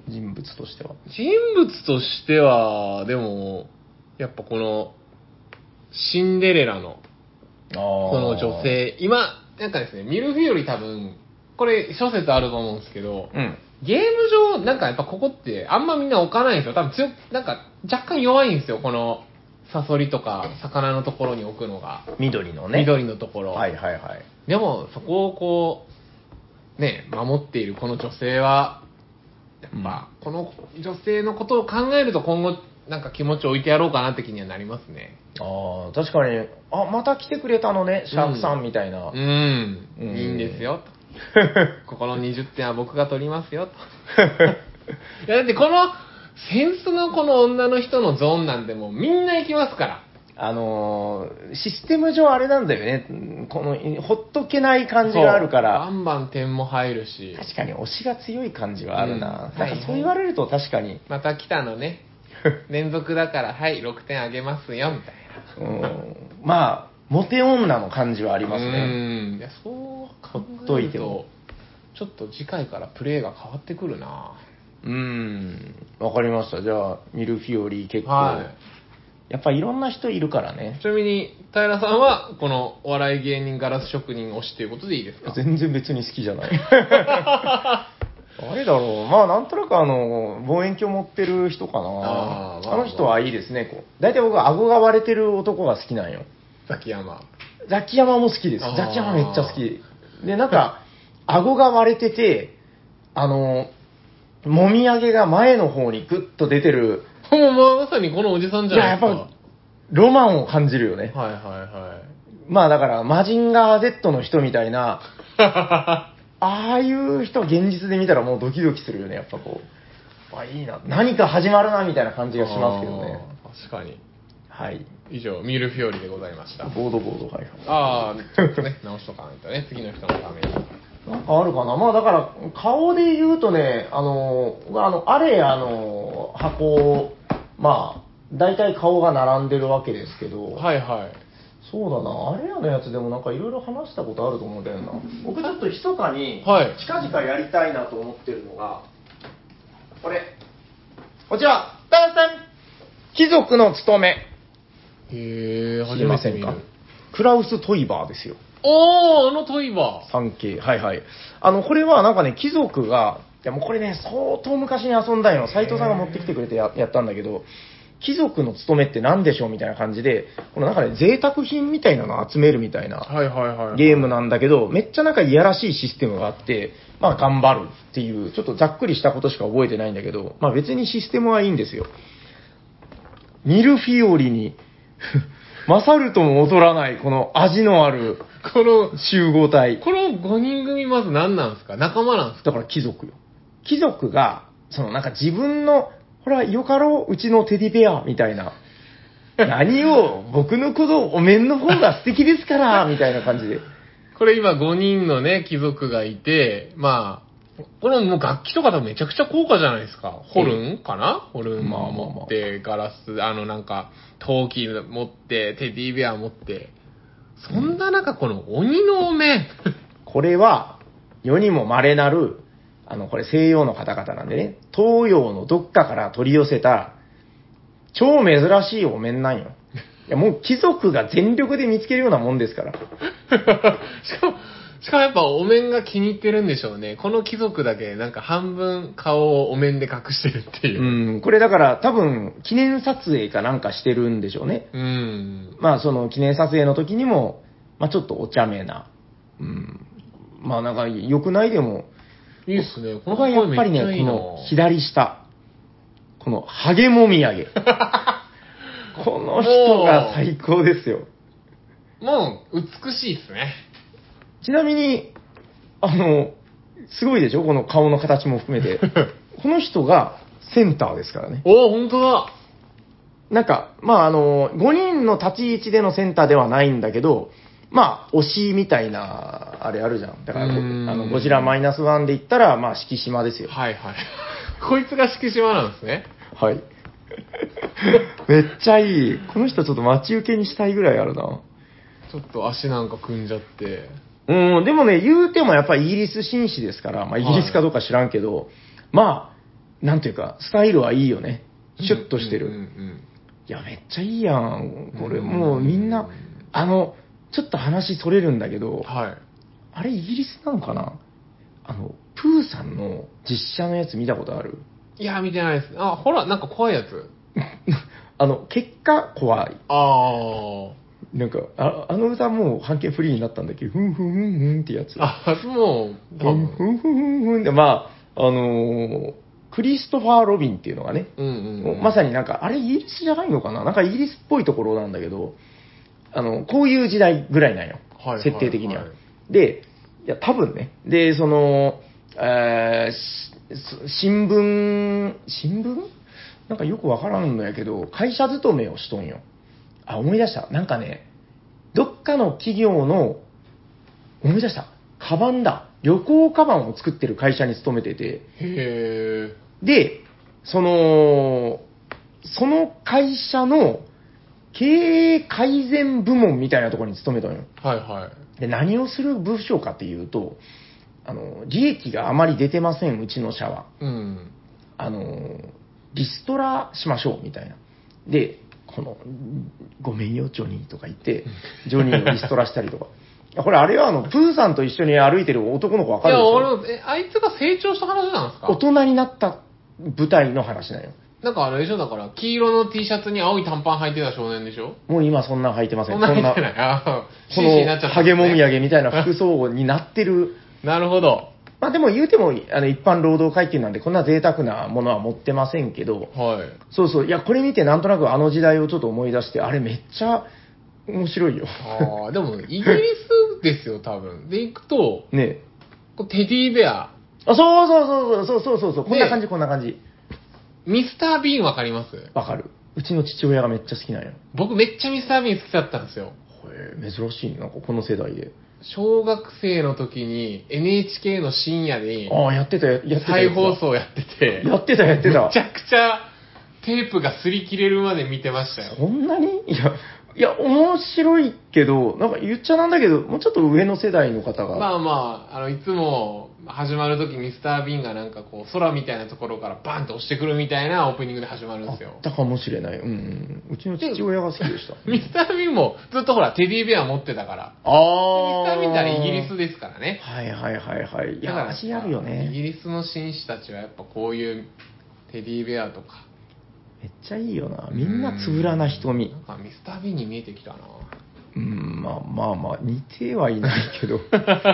Speaker 2: 人物としては。
Speaker 1: 人物としては、でも、やっぱこの、シンデレラの、こ
Speaker 2: こ
Speaker 1: の女。性、今、なんかですね、ミルフィーユより多分、これ諸説あると思うんですけど、
Speaker 2: うん。
Speaker 1: ゲーム上、なんかやっぱここって、あんまみんな置かないんですよ。多分強く、なんか若干弱いんですよ、この、サソリとか、魚のところに置くのが。
Speaker 2: 緑のね。
Speaker 1: 緑のところ。
Speaker 2: はいはいはい。
Speaker 1: でも、そこをこう、ね、守っているこの女性は、やっぱ、この女性のことを考えると今後、なんか気持ちを置いてやろうかなって気にはなりますね。
Speaker 2: ああ、確かに、あ、また来てくれたのね、シャークさ
Speaker 1: うん
Speaker 2: んみたいな。
Speaker 1: うん、
Speaker 2: うん
Speaker 1: いいんですよ、と。ここの20点は僕が取りますよ、と。いや、だってこの、センスのこの女の人のゾーンなんてもうみんな行きますから。
Speaker 2: あのーシステム上あれなんだよね、うんこの、いほっとけない感じがあるか
Speaker 1: そうバ
Speaker 2: ら、
Speaker 1: ンバン点も入るし、
Speaker 2: 確かに推しが強い感じはあるな。
Speaker 1: うん
Speaker 2: なんかそう言われると確かに、
Speaker 1: また来たの ね。連続だから、はい、6点あげますよ、みたいな。
Speaker 2: うん、まあ、モテ女の感じはあります
Speaker 1: う
Speaker 2: ね。
Speaker 1: ん。いや、そう考
Speaker 2: ほっと
Speaker 1: え
Speaker 2: い
Speaker 1: る
Speaker 2: ても
Speaker 1: と、ちょっと次回からプレイが変わってくるな
Speaker 2: うん、わかりました。じゃあ、ミルフィオリー結構、
Speaker 1: は
Speaker 2: やっぱいろんな人いるから
Speaker 1: い。
Speaker 2: ね
Speaker 1: ち。なみに、平さんは、このお笑い芸人ガラス職人推しということでいいですか
Speaker 2: 全然別に好きじゃない。 あれだろう、まあなんとなくあの望遠鏡持ってる人かな、
Speaker 1: あ
Speaker 2: あ
Speaker 1: ーまあ
Speaker 2: の人はいいですね、こう大体僕、顎が割れてる男が好きなんよ、
Speaker 1: ザキヤマ。
Speaker 2: ザキヤマも好きです
Speaker 1: あー、
Speaker 2: ザキヤマめっちゃ好き、で、なんか、顎が割れてて、あの、もみあげが前の方にグッと出てる、
Speaker 1: もうまあまさにこのおじさんじゃないですか。
Speaker 2: いややっロマンを感じるよね、
Speaker 1: はいは
Speaker 2: まあだから、マジンガー Z の人みたいな、
Speaker 1: い は
Speaker 2: ああいう人現実で見たらもうドキドキするよね、やっぱこう。あ、いいな。何か始まるな、みたいな感
Speaker 1: い。
Speaker 2: じがしますけどね。
Speaker 1: あー。確かに。
Speaker 2: はい。
Speaker 1: 以上、ミルフィオリでございました。
Speaker 2: ボードボード、はいはい。
Speaker 1: ああ、ちょっ とね、直しとかないとね、次の人のために。
Speaker 2: なんかあるかなまあだから、顔で言うとね、あの、あの、あれや、あの、箱、まあ、大体顔が並んでるわけですけど、
Speaker 1: はいはい。
Speaker 2: そうだな、あれやのやつでもなんかいろいろ話したことあると思うんだ よな。僕ちょっと密かに、
Speaker 1: はい
Speaker 2: 近々やりたいなと思ってるのが、これ、こちら、ダンさん貴族の務め。
Speaker 1: へえ、
Speaker 2: 知
Speaker 1: 初
Speaker 2: り
Speaker 1: め
Speaker 2: ま
Speaker 1: て
Speaker 2: せん
Speaker 1: 見る
Speaker 2: か。クラウス・トイバーですよ。
Speaker 1: おー、あのトイバー。
Speaker 2: 産経。はいはい。あの、これはなんかね、貴族が、いやもうこれね、相当昔に遊んだんよ。斎藤さんが持ってきてくれてややったんだけど、貴族の務めって何でしょうみたいな感じで、このなんかね、贅沢品みたいなのを集めるみたいな
Speaker 1: はいはいはい。
Speaker 2: ゲームなんだけど、めっちゃなんかいやらしいシステムがあって、まあ頑張るっていう、ちょっとざっくりしたことしか覚えてないんだけど、まあ別にシステムはいいんですよ。ミルフィオリに、 勝るとも劣らない、この味のある
Speaker 1: この、
Speaker 2: 集合体。
Speaker 1: この5人組まず何なんですか仲間なんですか
Speaker 2: だから貴族よ。貴族が、そのなんか自分の、ほら、よかろう、うちのテディベア、みた いな。何を、僕のこと、お面の方が素敵ですから、みたいな感じで。
Speaker 1: これ今5人のね、貴族がいて、まあ、これもう楽器とか多分めちゃくちゃ高価じゃないですか。ホルンかなホルン
Speaker 2: まあまあまあ
Speaker 1: 持って、ガラス、あのなんか、陶器持って、テディベア持って。そんな中、この鬼のお面。
Speaker 2: これは、世にも稀なる、あの、これ西洋の方々なんでね、東洋のどっかから取り寄せた、超珍しいお面なんよ。いや、もう貴族が全力で見つけるようなもんですから。
Speaker 1: しかも、しかもやっぱお面が気に入ってるんでしょうね。この貴族だけなんか半分顔をお面で隠してるっていうう。
Speaker 2: ん、これだから多分、記念撮影かなんかしてるんでしょうね。
Speaker 1: うん。
Speaker 2: まあ、その記念撮影の時にも、まあ、ちょっとお茶目な。うん。まあ、なんか、良くないでも、
Speaker 1: いいっすね。この
Speaker 2: 僕はやっぱり
Speaker 1: 声め
Speaker 2: ね、
Speaker 1: ちゃいい
Speaker 2: こ
Speaker 1: な
Speaker 2: の左下、このハゲもみあげ。この人が最高ですよ。
Speaker 1: もう、美しいっすね。
Speaker 2: ちなみに、あの、すごいでしょこの顔の形も含め て。この人がセンターですからね。
Speaker 1: おお、ほんとだ
Speaker 2: なんか、まああの、5人の立ち位置でのセンターではないんだけど、まあ、推しみたいな、あれあるじゃん。だから、
Speaker 1: う
Speaker 2: あ
Speaker 1: ーん
Speaker 2: の、ゴジラマイナスワンで言ったら、まあ、敷島ですよ。
Speaker 1: はい はい。こいつが敷島なんですね。
Speaker 2: はい。めっちゃいい。この人ちょっと待ち受けにしたいぐらいあるな。
Speaker 1: ちょっと足なんか組んじゃって。
Speaker 2: うん、でもね、言うてもやっぱりイギリス紳士ですから、まあ、イギリスかどうか知らんけど、まあ、なんていうか、スタイルはいいよね。シュッとしてる。
Speaker 1: うんうんうん
Speaker 2: いや、めっちゃいいやん。これ
Speaker 1: うん
Speaker 2: もうみんな、あの、ちょっと話それるんだけ
Speaker 1: うん
Speaker 2: ど、
Speaker 1: はい。
Speaker 2: あれイギリスなのかなあの、プーさんの実写のやつ見たことある
Speaker 1: いや、見てないです。あ、ほら、なんか怖いやつ。
Speaker 2: あの、結果怖い。
Speaker 1: あ
Speaker 2: なんか、ああの歌もう半径フリーになったんだけど、ふんふんふんふんってやつ。
Speaker 1: あ。あ、もう、多
Speaker 2: ふん
Speaker 1: 分。
Speaker 2: ふんふんふんふんで、まあ、あのークリストファー・ロビンっていうのがね、
Speaker 1: うんうんうん。
Speaker 2: まさ
Speaker 1: に。
Speaker 2: になんか、あれイギリスじゃないのかななんかイギリスっぽいところなんだけど、あの、こういう時代ぐらいなんよ。
Speaker 1: はいはいはい
Speaker 2: 設定的には。で、いや、多分ね。で、その、えーし新聞、新聞なんかよくわからんのやけど、会社勤めをしとんよ。あ、思い出した。なんかね、どっかの企業の、思い出した。カバンだ。旅行カバンを作ってる会社に勤めてて、
Speaker 1: へ
Speaker 2: で、その、その会社の経営改善部門みたいなところに勤めたのよ。
Speaker 1: ー。はいはい。
Speaker 2: で、何をする部署かっていうと、あの、利益があまり出てません、うちの社は。
Speaker 1: うん。
Speaker 2: あの、リストラしましょう、みたいな。で、この、ごめんよ、ジョニーとか言って、ジョニーをリストラしたりとか。いやこれあれはあの、プーさんと一緒に歩いてる男の子わ
Speaker 1: い
Speaker 2: かるでし
Speaker 1: や、
Speaker 2: ょ
Speaker 1: 俺も、え、あいつが成長した話なんですか
Speaker 2: 大人になった舞台の話なんよ。
Speaker 1: なんかあれでしょだから、黄色の T シャツに青い短パン履いてた少年でしょ
Speaker 2: もう今そんな履いてません。
Speaker 1: そんなみたいない。あー
Speaker 2: こ
Speaker 1: CC になっちゃ
Speaker 2: の、
Speaker 1: った
Speaker 2: ハゲもみあ
Speaker 1: げ。
Speaker 2: げみたいな服装になってる。
Speaker 1: なるほど。
Speaker 2: まあでも言うても、あの、一般労働階級なんで、こんな贅沢なものは持ってませんけど、
Speaker 1: はい。
Speaker 2: そうそう、いや、これ見てなんとなくあの時代をちょっと思い出して、あれめっちゃ面白いよ。
Speaker 1: ああ、でも、イギリスですよ、多分。で、行くと、
Speaker 2: ねえ
Speaker 1: こうテディベア、
Speaker 2: あ、そうそうそうそうそうそうそうそう、こんな感
Speaker 1: ね
Speaker 2: じこんな感じ。
Speaker 1: ミスター・ビーンわかります
Speaker 2: わかる。うちの父親がめっちゃ好きなんよ。
Speaker 1: 僕めっちゃミスター・ビーン好きだったんですよ。
Speaker 2: へえ珍しいねなんかこの世代で。
Speaker 1: 小学生の時に NHK の深夜に
Speaker 2: ああ、やってた、やってた。
Speaker 1: 再放送やってて、
Speaker 2: やってた、やってた。
Speaker 1: めちゃくちゃテープが擦り切れるまで見てましたよ。
Speaker 2: そんなにいや、いや、面白いけど、なんか言っちゃなんだけど、もうちょっと上の世代の方が。
Speaker 1: まあまあ、あの、いつも始まる時ミスター・ビーンがなんかこう空みたいなところからバンと押してくるみたいなオープニングで始まるん
Speaker 2: あ
Speaker 1: ですよ
Speaker 2: っ。たかもしれない。うん、うん。うちの父親が好きでした。
Speaker 1: ミスター・ビーンもずっとほらテディベア持ってたから。ミスタ
Speaker 2: あ
Speaker 1: ー・ビーンってあれイギリスですからね。
Speaker 2: はいはいはいはい。い
Speaker 1: だから
Speaker 2: や、足あるよ
Speaker 1: イギ
Speaker 2: ね。
Speaker 1: リスの紳士たちはやっぱこういうテディベアとか。
Speaker 2: めっちゃいいよな。みんなつぶらな
Speaker 1: う
Speaker 2: 瞳
Speaker 1: ん。なんかミスター・ビーンに見えてきたな。
Speaker 2: うん、まあまあまあ、似てはいないけど。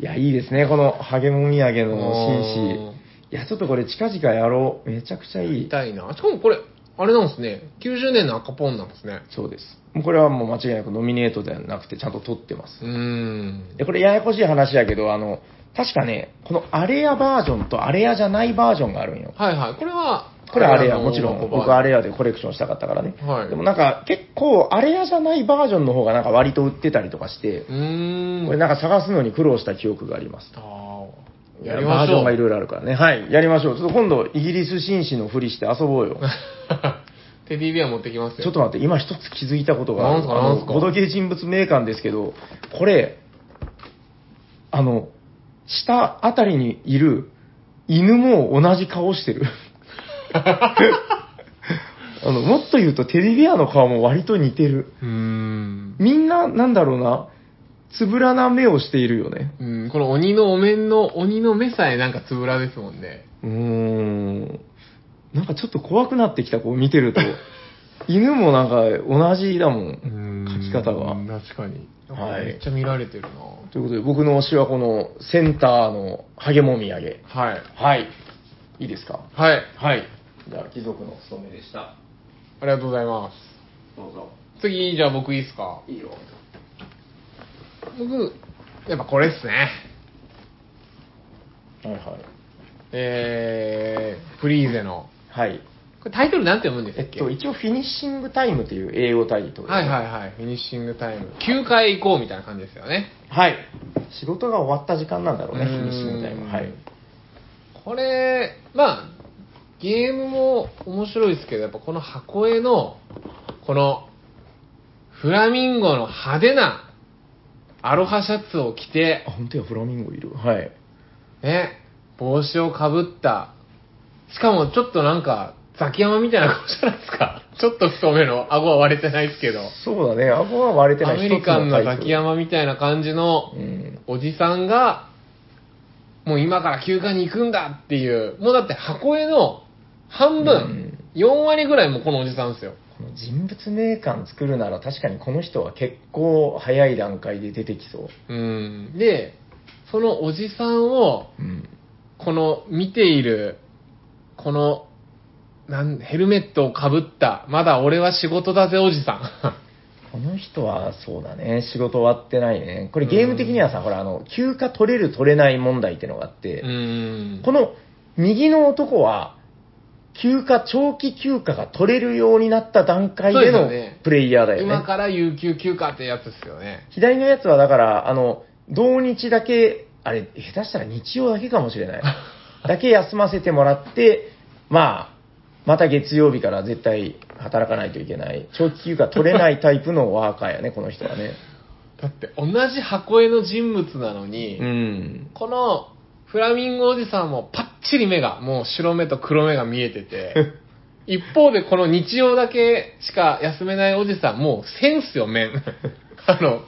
Speaker 2: いや、いいですね。このハゲもみあげの紳士。いや、ちょっとこれ近々やろう。めちゃくちゃいい
Speaker 1: み。たいな。しかもこれ、あれなんですね。90年の赤ポンなんですね。
Speaker 2: そうです。もうこれはもう間違いなくノミネートではなくて、ちゃんと取ってます
Speaker 1: う。ーん。
Speaker 2: で、これややこしい話やけど、あの、確かね、このアレアバージョンとアレアじゃないバージョンがあるんよ。
Speaker 1: はいはい。これは、
Speaker 2: これアレア、
Speaker 1: の
Speaker 2: もちろん、僕アレアでコレクションしたかったからね。
Speaker 1: はい
Speaker 2: でもなんか、結構、アレアじゃないバージョンの方がなんか割と売ってたりとかして
Speaker 1: う、ーん。
Speaker 2: これなんか探すのに苦労した記憶があります。
Speaker 1: あー
Speaker 2: や
Speaker 1: やり
Speaker 2: バ
Speaker 1: ま
Speaker 2: ー
Speaker 1: し
Speaker 2: ジョ
Speaker 1: ょ。
Speaker 2: ンがいうろいろあるからね。はい、やりましょう。ちょっと今度、イギリス紳士のふりして遊ぼうよ。
Speaker 1: テディベア持ってきますよ。
Speaker 2: ちょっと待って、今一つ気づいたことが
Speaker 1: な
Speaker 2: ある。
Speaker 1: んすかなんすか
Speaker 2: あのボドゲ人物名鑑ですけど、これ、あの、下あたりにいる犬も同じ顔し てる。あの、もっと言うとテレビアの顔も割と似てる。
Speaker 1: うーん。
Speaker 2: みんな、なんだろうな、つぶらな目をしているよね。
Speaker 1: うん、この鬼のお面の、鬼の目さえなんかつぶらですもんね。
Speaker 2: うーん。なんかちょっと怖くなってきた、こう見てると。犬もなんか同じだもん。
Speaker 1: 描
Speaker 2: 描き方が。
Speaker 1: 確かに。
Speaker 2: はい
Speaker 1: めっちゃ見られてるな。
Speaker 2: ということで、僕の推しはこのセンターのハゲもみあげ。
Speaker 1: はい。
Speaker 2: はい。いいですか
Speaker 1: はい。
Speaker 2: はい。じゃあ、貴族の務めでした。
Speaker 1: ありがとうございます。
Speaker 3: どうぞ。
Speaker 1: 次、じゃあ僕いいですか。
Speaker 3: いいよ。
Speaker 1: 僕、やっぱこれっすね。
Speaker 2: はいはい。
Speaker 1: えー、プリーゼの。
Speaker 2: はい。
Speaker 1: これタイトルなんて読むんで
Speaker 2: え
Speaker 1: す
Speaker 2: っ
Speaker 1: っけ
Speaker 2: と、一応フィニッシングタイムという英語タイトル。
Speaker 1: はいはいはい。フィニッシングタイム。9回行こうみたいな感じですよね。
Speaker 2: はい。仕事が終わった時間なんだろうね、
Speaker 1: うーん
Speaker 2: フィニッシングタイム。はい。
Speaker 1: これ、まあ、ゲームも面白いですけど、やっぱこの箱絵の、この、フラミンゴの派手なアロハシャツを着て
Speaker 2: あ、、本当や、フラミンゴいる。はい。
Speaker 1: ね、帽子をかぶった、しかもちょっとなんか、ザキヤマみたいな顔じゃないですか。ちょっと太めの、顎は割れてないですけど、
Speaker 2: そうだね、顎は割れてな
Speaker 1: ア
Speaker 2: い
Speaker 1: メリカンのザキヤ
Speaker 2: マ。
Speaker 1: マみたいな感じの
Speaker 2: う、ん。
Speaker 1: おじさんが、もう今から休暇に行くんだっていう、もうだって箱絵の半分、4割ぐらいもこのおじさんですよ。
Speaker 2: この人物名鑑作るなら確かにこの人は結構早い段階で出てきそう。
Speaker 1: うん。で、そのおじさんを、
Speaker 2: うん。
Speaker 1: この見ている、この、なんヘルメットをかぶった、まだ俺は仕事だぜおじさん。
Speaker 2: この人はそうだね、仕事終わってないね。これゲーム的にはさ、ほら、あの、休暇取れる取れない問題ってのがあって、
Speaker 1: うん。
Speaker 2: この右の男は、休暇、長期休暇が取れるようになった段階で
Speaker 1: そう
Speaker 2: の
Speaker 1: ですよね
Speaker 2: プレイヤーだよね。
Speaker 1: 今から有給休暇ってやつですよね。
Speaker 2: 左のやつはだから、あの、同日だけ、あれ、下手したら日曜だけかもしれ ない。だけ休ませてもらって、まあ、また月曜日から絶対働かないといけない。長期休暇取れないタイプのワーカーやね、この人はね。
Speaker 1: だって同じ箱絵の人物なのに、
Speaker 2: うん。
Speaker 1: このフラミンゴおじさんもパッチリ目が、もう白目と黒目が見えて て、一方でこの日曜だけしか休めないおじさん、もう線っすよ、 面。あの、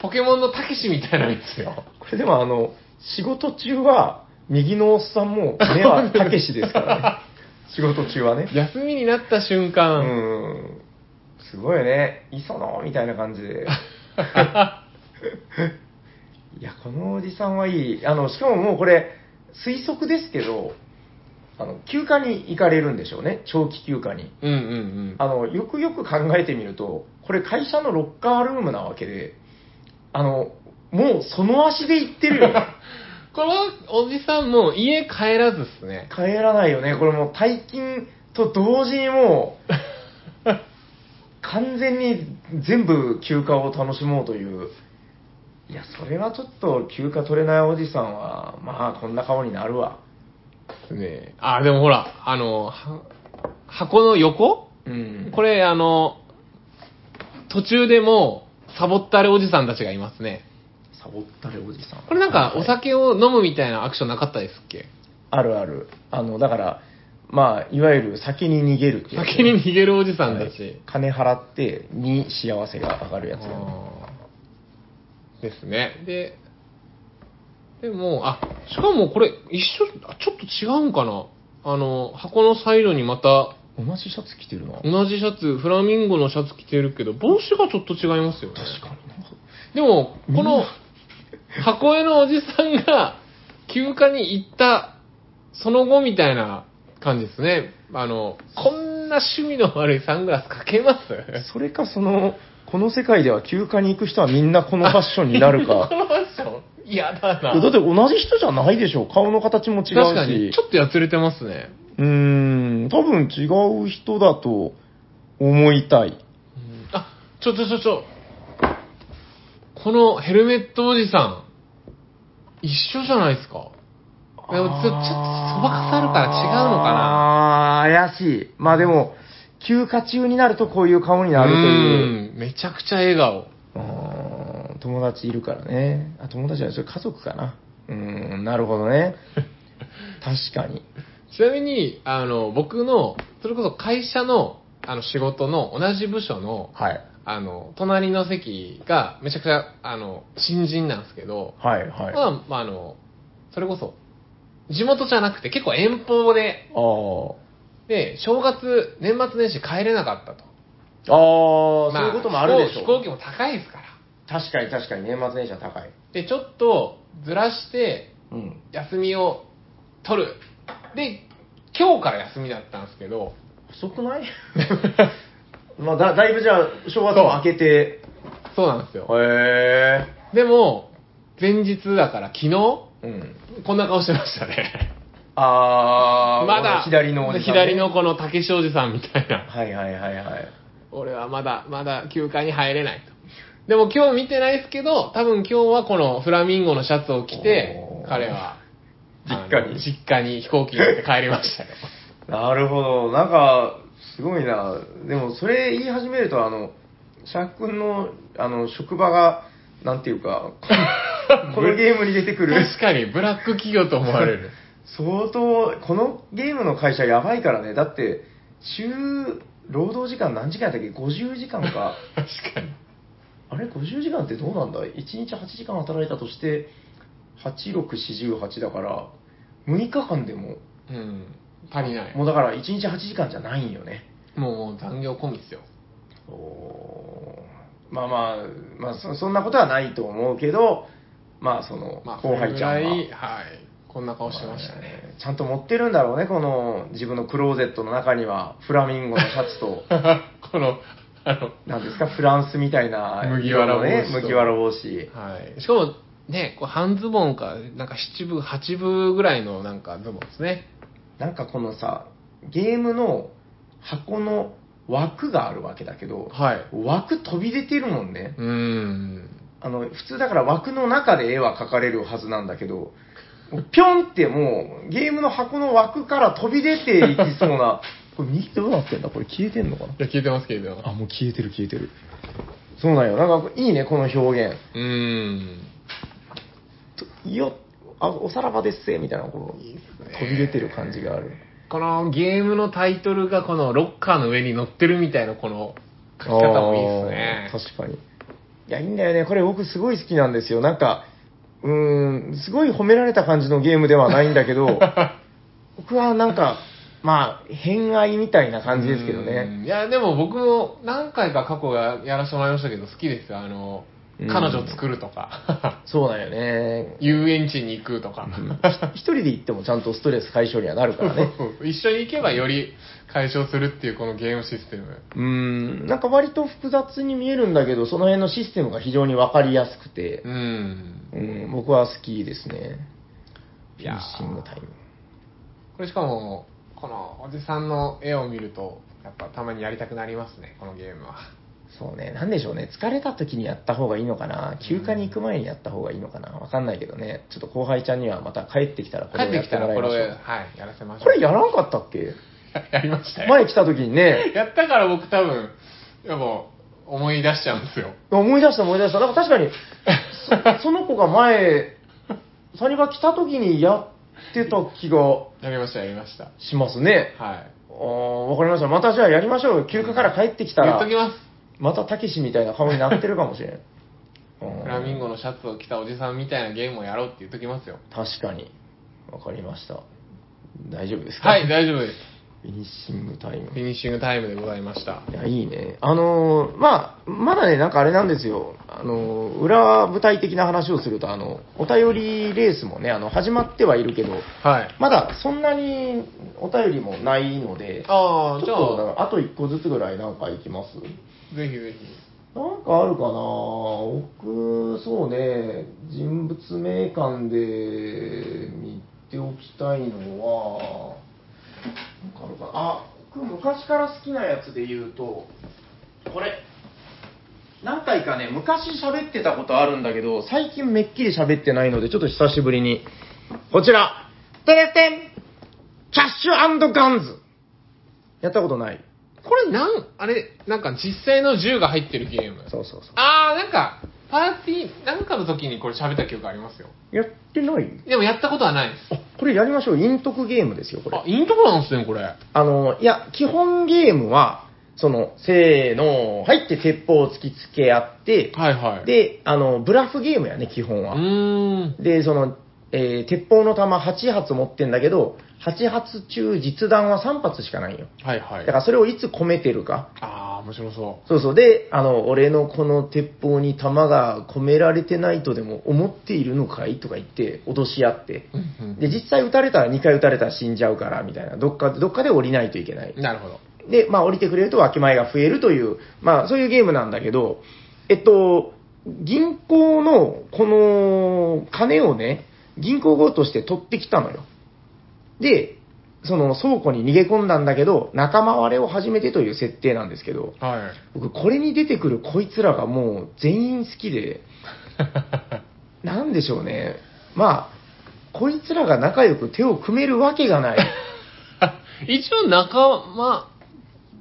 Speaker 1: ポケモンのたけしみたいなんですよ。
Speaker 2: これでもあの、仕事中は、右のおっさんも目はたけしです からね。仕事中はね。
Speaker 1: 休みになった瞬
Speaker 2: う
Speaker 1: 間、
Speaker 2: ん。すごいよね。磯野みたいな感じ で。いや、このおじさんはいい。あの、しかももうこれ、推測ですけど、あの、休暇に行かれるんでしょうね。長期休暇に。
Speaker 1: うんうん
Speaker 2: あの、よくよく考えてみると、これ会社のロッカールームなわけで、あの、もうその足で行ってるよね。
Speaker 1: うん。このおじさんも家帰らずっすね。
Speaker 2: 帰らないよね。これもう退勤と同時にもう、 完全に全部休暇を楽しもうという。いや、それはちょっと休暇取れないおじさんは、まあ、こんな顔になるわ。
Speaker 1: ねあ、でもほら、あの、は箱の横
Speaker 2: うん。
Speaker 1: これ、あの、途中でもうサボったれおじさんたちがいますね。
Speaker 2: サボったれおじさん。
Speaker 1: これなんか
Speaker 2: はい
Speaker 1: お酒を飲むみたいなアクションなかったですっけ
Speaker 2: あるある。あの、だから、まあ、いわゆる先に逃げるってやつ
Speaker 1: 先に逃げるおじさん
Speaker 2: は
Speaker 1: た
Speaker 2: い
Speaker 1: ち。
Speaker 2: 金払って、に幸せが上がるやつ。
Speaker 1: あーですね。で、でも、あ、しかもこれ一緒、あちょっと違うんかなあの、箱のサイドにまた
Speaker 2: 同じシャツ着てるな。
Speaker 1: 同じシャツ、フラミンゴのシャツ着てるけど、帽子がちょっと違いますよね。
Speaker 2: 確かになんか
Speaker 1: でも、この、箱絵のおじさんが、休暇に行った、その後みたいな感じですね。あの、こんな趣味の悪いサングラスかけます
Speaker 2: それかその、この世界では休暇に行く人はみんなこのファッションになるか
Speaker 1: こ。のファッション嫌だな。
Speaker 2: だって同じ人じゃないでしょ。顔の形も違うし。
Speaker 1: 確かに、ちょっとやつれてますね。
Speaker 2: うーん、多分違う人だと思いたい。
Speaker 1: うんあ、ちょちょちょちょ。このヘルメットおじさん、一緒じゃないですか。でもちょちょっとそばかさるから違うのかな。
Speaker 2: なあー、怪しい。まあでも、休暇中になるとこういう顔になるという。
Speaker 1: うん、めちゃくちゃ笑顔。
Speaker 2: うーん友達いるからね。あ、友達じゃない、それ家族かな。うーん、なるほど ね。確かに。
Speaker 1: ちなみに、あの、僕の、それこそ会社の、あの、仕事の同じ部署の、
Speaker 2: はい。
Speaker 1: あの、隣の席が、めちゃくちゃ、あの、新人なんですけど、
Speaker 2: はい、はい。あ
Speaker 1: まあ、まあ、あの、それこそ、地元じゃなくて結構遠方で、
Speaker 2: あ。
Speaker 1: で、正月、年末年始帰れなかったと。
Speaker 2: ああ、
Speaker 1: ま
Speaker 2: そういうこともあるでし
Speaker 1: 飛
Speaker 2: ょ
Speaker 1: 行飛行機も高いですから。
Speaker 2: 確かに確かに年末年始は高い。
Speaker 1: で、ちょっと、ずらして、
Speaker 2: うん。
Speaker 1: 休みを取る。で、今日から休みだったんですけど、
Speaker 2: 遅くない まあ、だだいぶじゃあ、正月も明けて。
Speaker 1: そうなんです
Speaker 2: へ
Speaker 1: よ。
Speaker 2: え。
Speaker 1: でも、前日だから昨日、
Speaker 2: うん。
Speaker 1: こんな顔してましたね。
Speaker 2: あー、
Speaker 1: まだ、
Speaker 2: 左のおじさんね
Speaker 1: 左のこの竹庄司さんみたいな。
Speaker 2: はいはいはいはい。
Speaker 1: 俺はまだ、まだ休暇に入れないと。でも今日見てないですけど、多分今日はこのフラミンゴのシャツを着て
Speaker 2: お、ー
Speaker 1: 彼は、
Speaker 2: 実家に
Speaker 1: あの実家に飛行機に乗って帰りま したよ。
Speaker 2: なるほど。なんか、すごいな。でも、それ言い始めると、あの、シャーク君の、あの、職場が、なんていう か、このゲームに出てくる、
Speaker 1: 確かに、ブラック企業と思われ る。
Speaker 2: 相当、このゲームの会社やばいからね。だって、週、労働時間何時間やったっけ ?50 時間か。
Speaker 1: 確かに。
Speaker 2: あれ ?50 時間ってどうなんだ ?1 日8時間働いたとして、8648だから、6日間でも、
Speaker 1: うん。足りない。
Speaker 2: も
Speaker 1: も
Speaker 2: うだから1日8時間じゃないんよね。
Speaker 1: う残業込みですよ。
Speaker 2: おーまあまあ、まあそ、そんなことはないと思うけど、まあその、
Speaker 1: まあ、
Speaker 2: 後輩ちゃんは。
Speaker 1: それぐらいはい。こんな顔してましたね。
Speaker 2: えーちゃんと持ってるんだろうね、この自分のクローゼットの中には、フラミンゴのシャツと、
Speaker 1: この、あの、
Speaker 2: なんですか、フランスみたいな
Speaker 1: 麦わら帽子と
Speaker 2: ね、麦わら帽子。
Speaker 1: はい。しかも、ね、こう半ズボンか、なんか七分、八分ぐらいのなんかズボンですね。
Speaker 2: なんかこのさ、ゲームの箱の枠があるわけだけど、
Speaker 1: はい。
Speaker 2: 枠飛び出てるもんね。
Speaker 1: うーん。
Speaker 2: あの、普通だから枠の中で絵は描かれるはずなんだけど、ぴょんってもう、ゲームの箱の枠から飛び出ていきそうな、 これ右どうなってんだこれ消えてんのかない
Speaker 1: や、聞いてますけど。
Speaker 2: あ、もう消えてる消えてる。そうなんよ。なんかいいね、この表現。
Speaker 1: うーん。
Speaker 2: といよあ、おさらばですせ、みたいな、この、飛び出てる感じがある。
Speaker 1: このゲームのタイトルがこのロッカーの上に乗ってるみたいなこの書き方もいいですね。
Speaker 2: あー確かに。いや、いいんだよね。これ僕すごい好きなんですよ。なんか、うーん、すごい褒められた感じのゲームではないんだ けど、僕はなんか、まあ、偏愛みたいな感じですけど
Speaker 1: う
Speaker 2: ね。
Speaker 1: ん。いや、でも僕も何回か過去ややらせてもらいましたけど、好きですよ。あの、
Speaker 2: うん
Speaker 1: 彼女作るとか、
Speaker 2: そうだよね。
Speaker 1: 遊園地に行くとか。
Speaker 2: 一人で行ってもちゃんとストレス解消にはなるからね。
Speaker 1: 一緒に行けばより解消するっていうこのゲームシステム。
Speaker 2: うーん、なんか割と複雑に見えるんだけど、その辺のシステムが非常にわかりやすくて
Speaker 1: う、ん。
Speaker 2: うん、僕は好きですね。フ
Speaker 1: い
Speaker 2: ィ
Speaker 1: や
Speaker 2: ニ
Speaker 1: ー
Speaker 2: ッシングタイム。
Speaker 1: これしかも、このおじさんの絵を見ると、やっぱたまにやりたくなりますね、このゲームは。
Speaker 2: そうね、なんでしょうね、疲れた時にやった方がいいのかな、休暇に行く前にやった方がいいのかな、わかんないけどね、ちょっと後輩ちゃんにはまた帰ってきたらこ
Speaker 1: 帰
Speaker 2: れ
Speaker 1: っ
Speaker 2: を
Speaker 1: て
Speaker 2: やっ
Speaker 1: き
Speaker 2: て
Speaker 1: た
Speaker 2: も
Speaker 1: ら
Speaker 2: らい
Speaker 1: こ
Speaker 2: ま
Speaker 1: れを、
Speaker 2: しょう。
Speaker 1: はい、やらせましょう。
Speaker 2: これやらんかったっけ
Speaker 1: ややりましたよ。
Speaker 2: 前来た時にね、
Speaker 1: やったから僕多分、やっぱ思い出しちゃうんですよ。
Speaker 2: 思い出した思い出した、なんか確かに、そそ の子が前、サニバ来た時にやってた気が
Speaker 1: やりました、やりました。
Speaker 2: しますね。
Speaker 1: はい。
Speaker 2: あーわかりました。またじゃあやりましょうよ。休暇から帰ってきた
Speaker 1: 言っ
Speaker 2: ら
Speaker 1: と、きます。
Speaker 2: またたけしみたいな顔になってるかもし れん。うん
Speaker 1: フラミンゴのシャツを着たおじさんみたいなゲームをやろうって言っときますよ。
Speaker 2: 確かに。わかりました。大丈夫ですか
Speaker 1: はい、大丈夫です。
Speaker 2: フィニッシングタイム
Speaker 1: フ。ィニッシングタイムでございました。
Speaker 2: いや、いいね。あのーまあ、まだね、なんかあれなんですよ。あのー裏舞台的な話をすると、あの、お便りレースもね、あの、始まってはいるけど、
Speaker 1: はい。
Speaker 2: まだそんなにお便りもないので、
Speaker 1: ああ、
Speaker 2: ち
Speaker 1: じ
Speaker 2: ょ
Speaker 1: ゃ
Speaker 2: っと、あと一個ずつぐらいなんかいきます
Speaker 1: あ、ぜひぜ
Speaker 2: なんかあるかな僕、そうね、人物名鑑で見ておきたいのは、なんかあるかなあ、僕昔から好きなやつで言うと、これ、何回かね、昔喋ってたことあるんだけど、最近めっきり喋ってないので、ちょっと久しぶりに。こちら、てれてんキャッシュガンズやったことない。
Speaker 1: ひ。これなん、あれ、なんか実際の銃が入ってるゲーム。
Speaker 2: そうそうそう。
Speaker 1: ああ、なんか、パーティー、なんかの時にこれ喋った記憶ありますよ。
Speaker 2: やってない
Speaker 1: でもやったことはないです。
Speaker 2: あこれやりましょう。陰徳ゲームですよ、これ
Speaker 1: あ、。いいとこなんですね、これ。
Speaker 2: あの、いや、基本ゲームは、その、せーの、入って鉄砲を突きつけ合って、
Speaker 1: はいはい。、
Speaker 2: で、あの、ブラフゲームやね、基本
Speaker 1: う
Speaker 2: は。
Speaker 1: ーん。
Speaker 2: で、その、えー鉄砲の弾8発持ってんだけど、8発中実弾は3発しかないよ。
Speaker 1: はいは
Speaker 2: だ
Speaker 1: い。
Speaker 2: からそれをいつ込めてるか。
Speaker 1: ああ、面白そ
Speaker 2: そうそう。で、あの、俺のこの鉄砲に弾が込められてないとでも思っているのかいとか言って、脅し合って。
Speaker 1: う。うんうん
Speaker 2: で、実際撃たれたら2回撃たれたら死んじゃうから、みたいな。どっか、どっかで降りないといけない。
Speaker 1: なるほど。
Speaker 2: で、まあ、降りてくれると分け前が増えるという、まあ、そういうゲームなんだけど、えっと、銀行の、この、金をね、銀行強として取ってきたのよ。で、その倉庫に逃げ込んだんだけど、仲間割れを始めてという設定なんですけど、
Speaker 1: はい。
Speaker 2: 僕、これに出てくるこいつらがもう全員好きで、なんでしょうね。まあ、こいつらが仲良く手を組めるわけが ない。
Speaker 1: 一応仲間、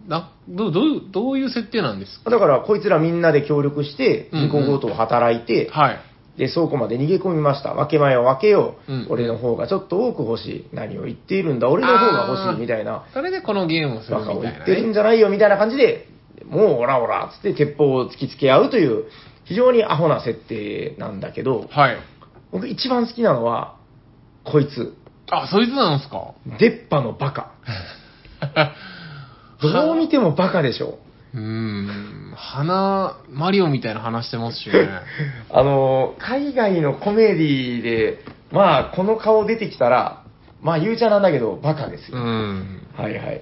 Speaker 1: などうどういうどういう設定なんですか
Speaker 2: だから、こいつらみんなで協力して、銀行強盗を働いて、
Speaker 1: はい。
Speaker 2: で、倉庫まで逃げ込みました。分け前を分けよう。
Speaker 1: うん
Speaker 2: 俺の方がちょっと多く欲しい。何を言っているんだ、俺の方が欲しい、みたいな。
Speaker 1: それでこのゲームをする
Speaker 2: バ
Speaker 1: み
Speaker 2: カを
Speaker 1: た
Speaker 2: 言
Speaker 1: いな、
Speaker 2: ってるん
Speaker 1: ね。
Speaker 2: じゃないよ、みたいな感じで、もうオラオラ、つって鉄砲を突きつけ合うという、非常にアホな設定なんだけど、
Speaker 1: はい。
Speaker 2: 僕一番好きなのは、こいつ。
Speaker 1: あ、そいつなんですか
Speaker 2: 出っ歯のバカ。 どう見てもバカでしょ。
Speaker 1: うーん。鼻、マリオみたいな話してますし ね。
Speaker 2: あの、海外のコメディで、まあ、この顔出てきたら、まあ、ゆうちゃなんだけど、バカです
Speaker 1: う
Speaker 2: よ。
Speaker 1: ん。
Speaker 2: はいはい。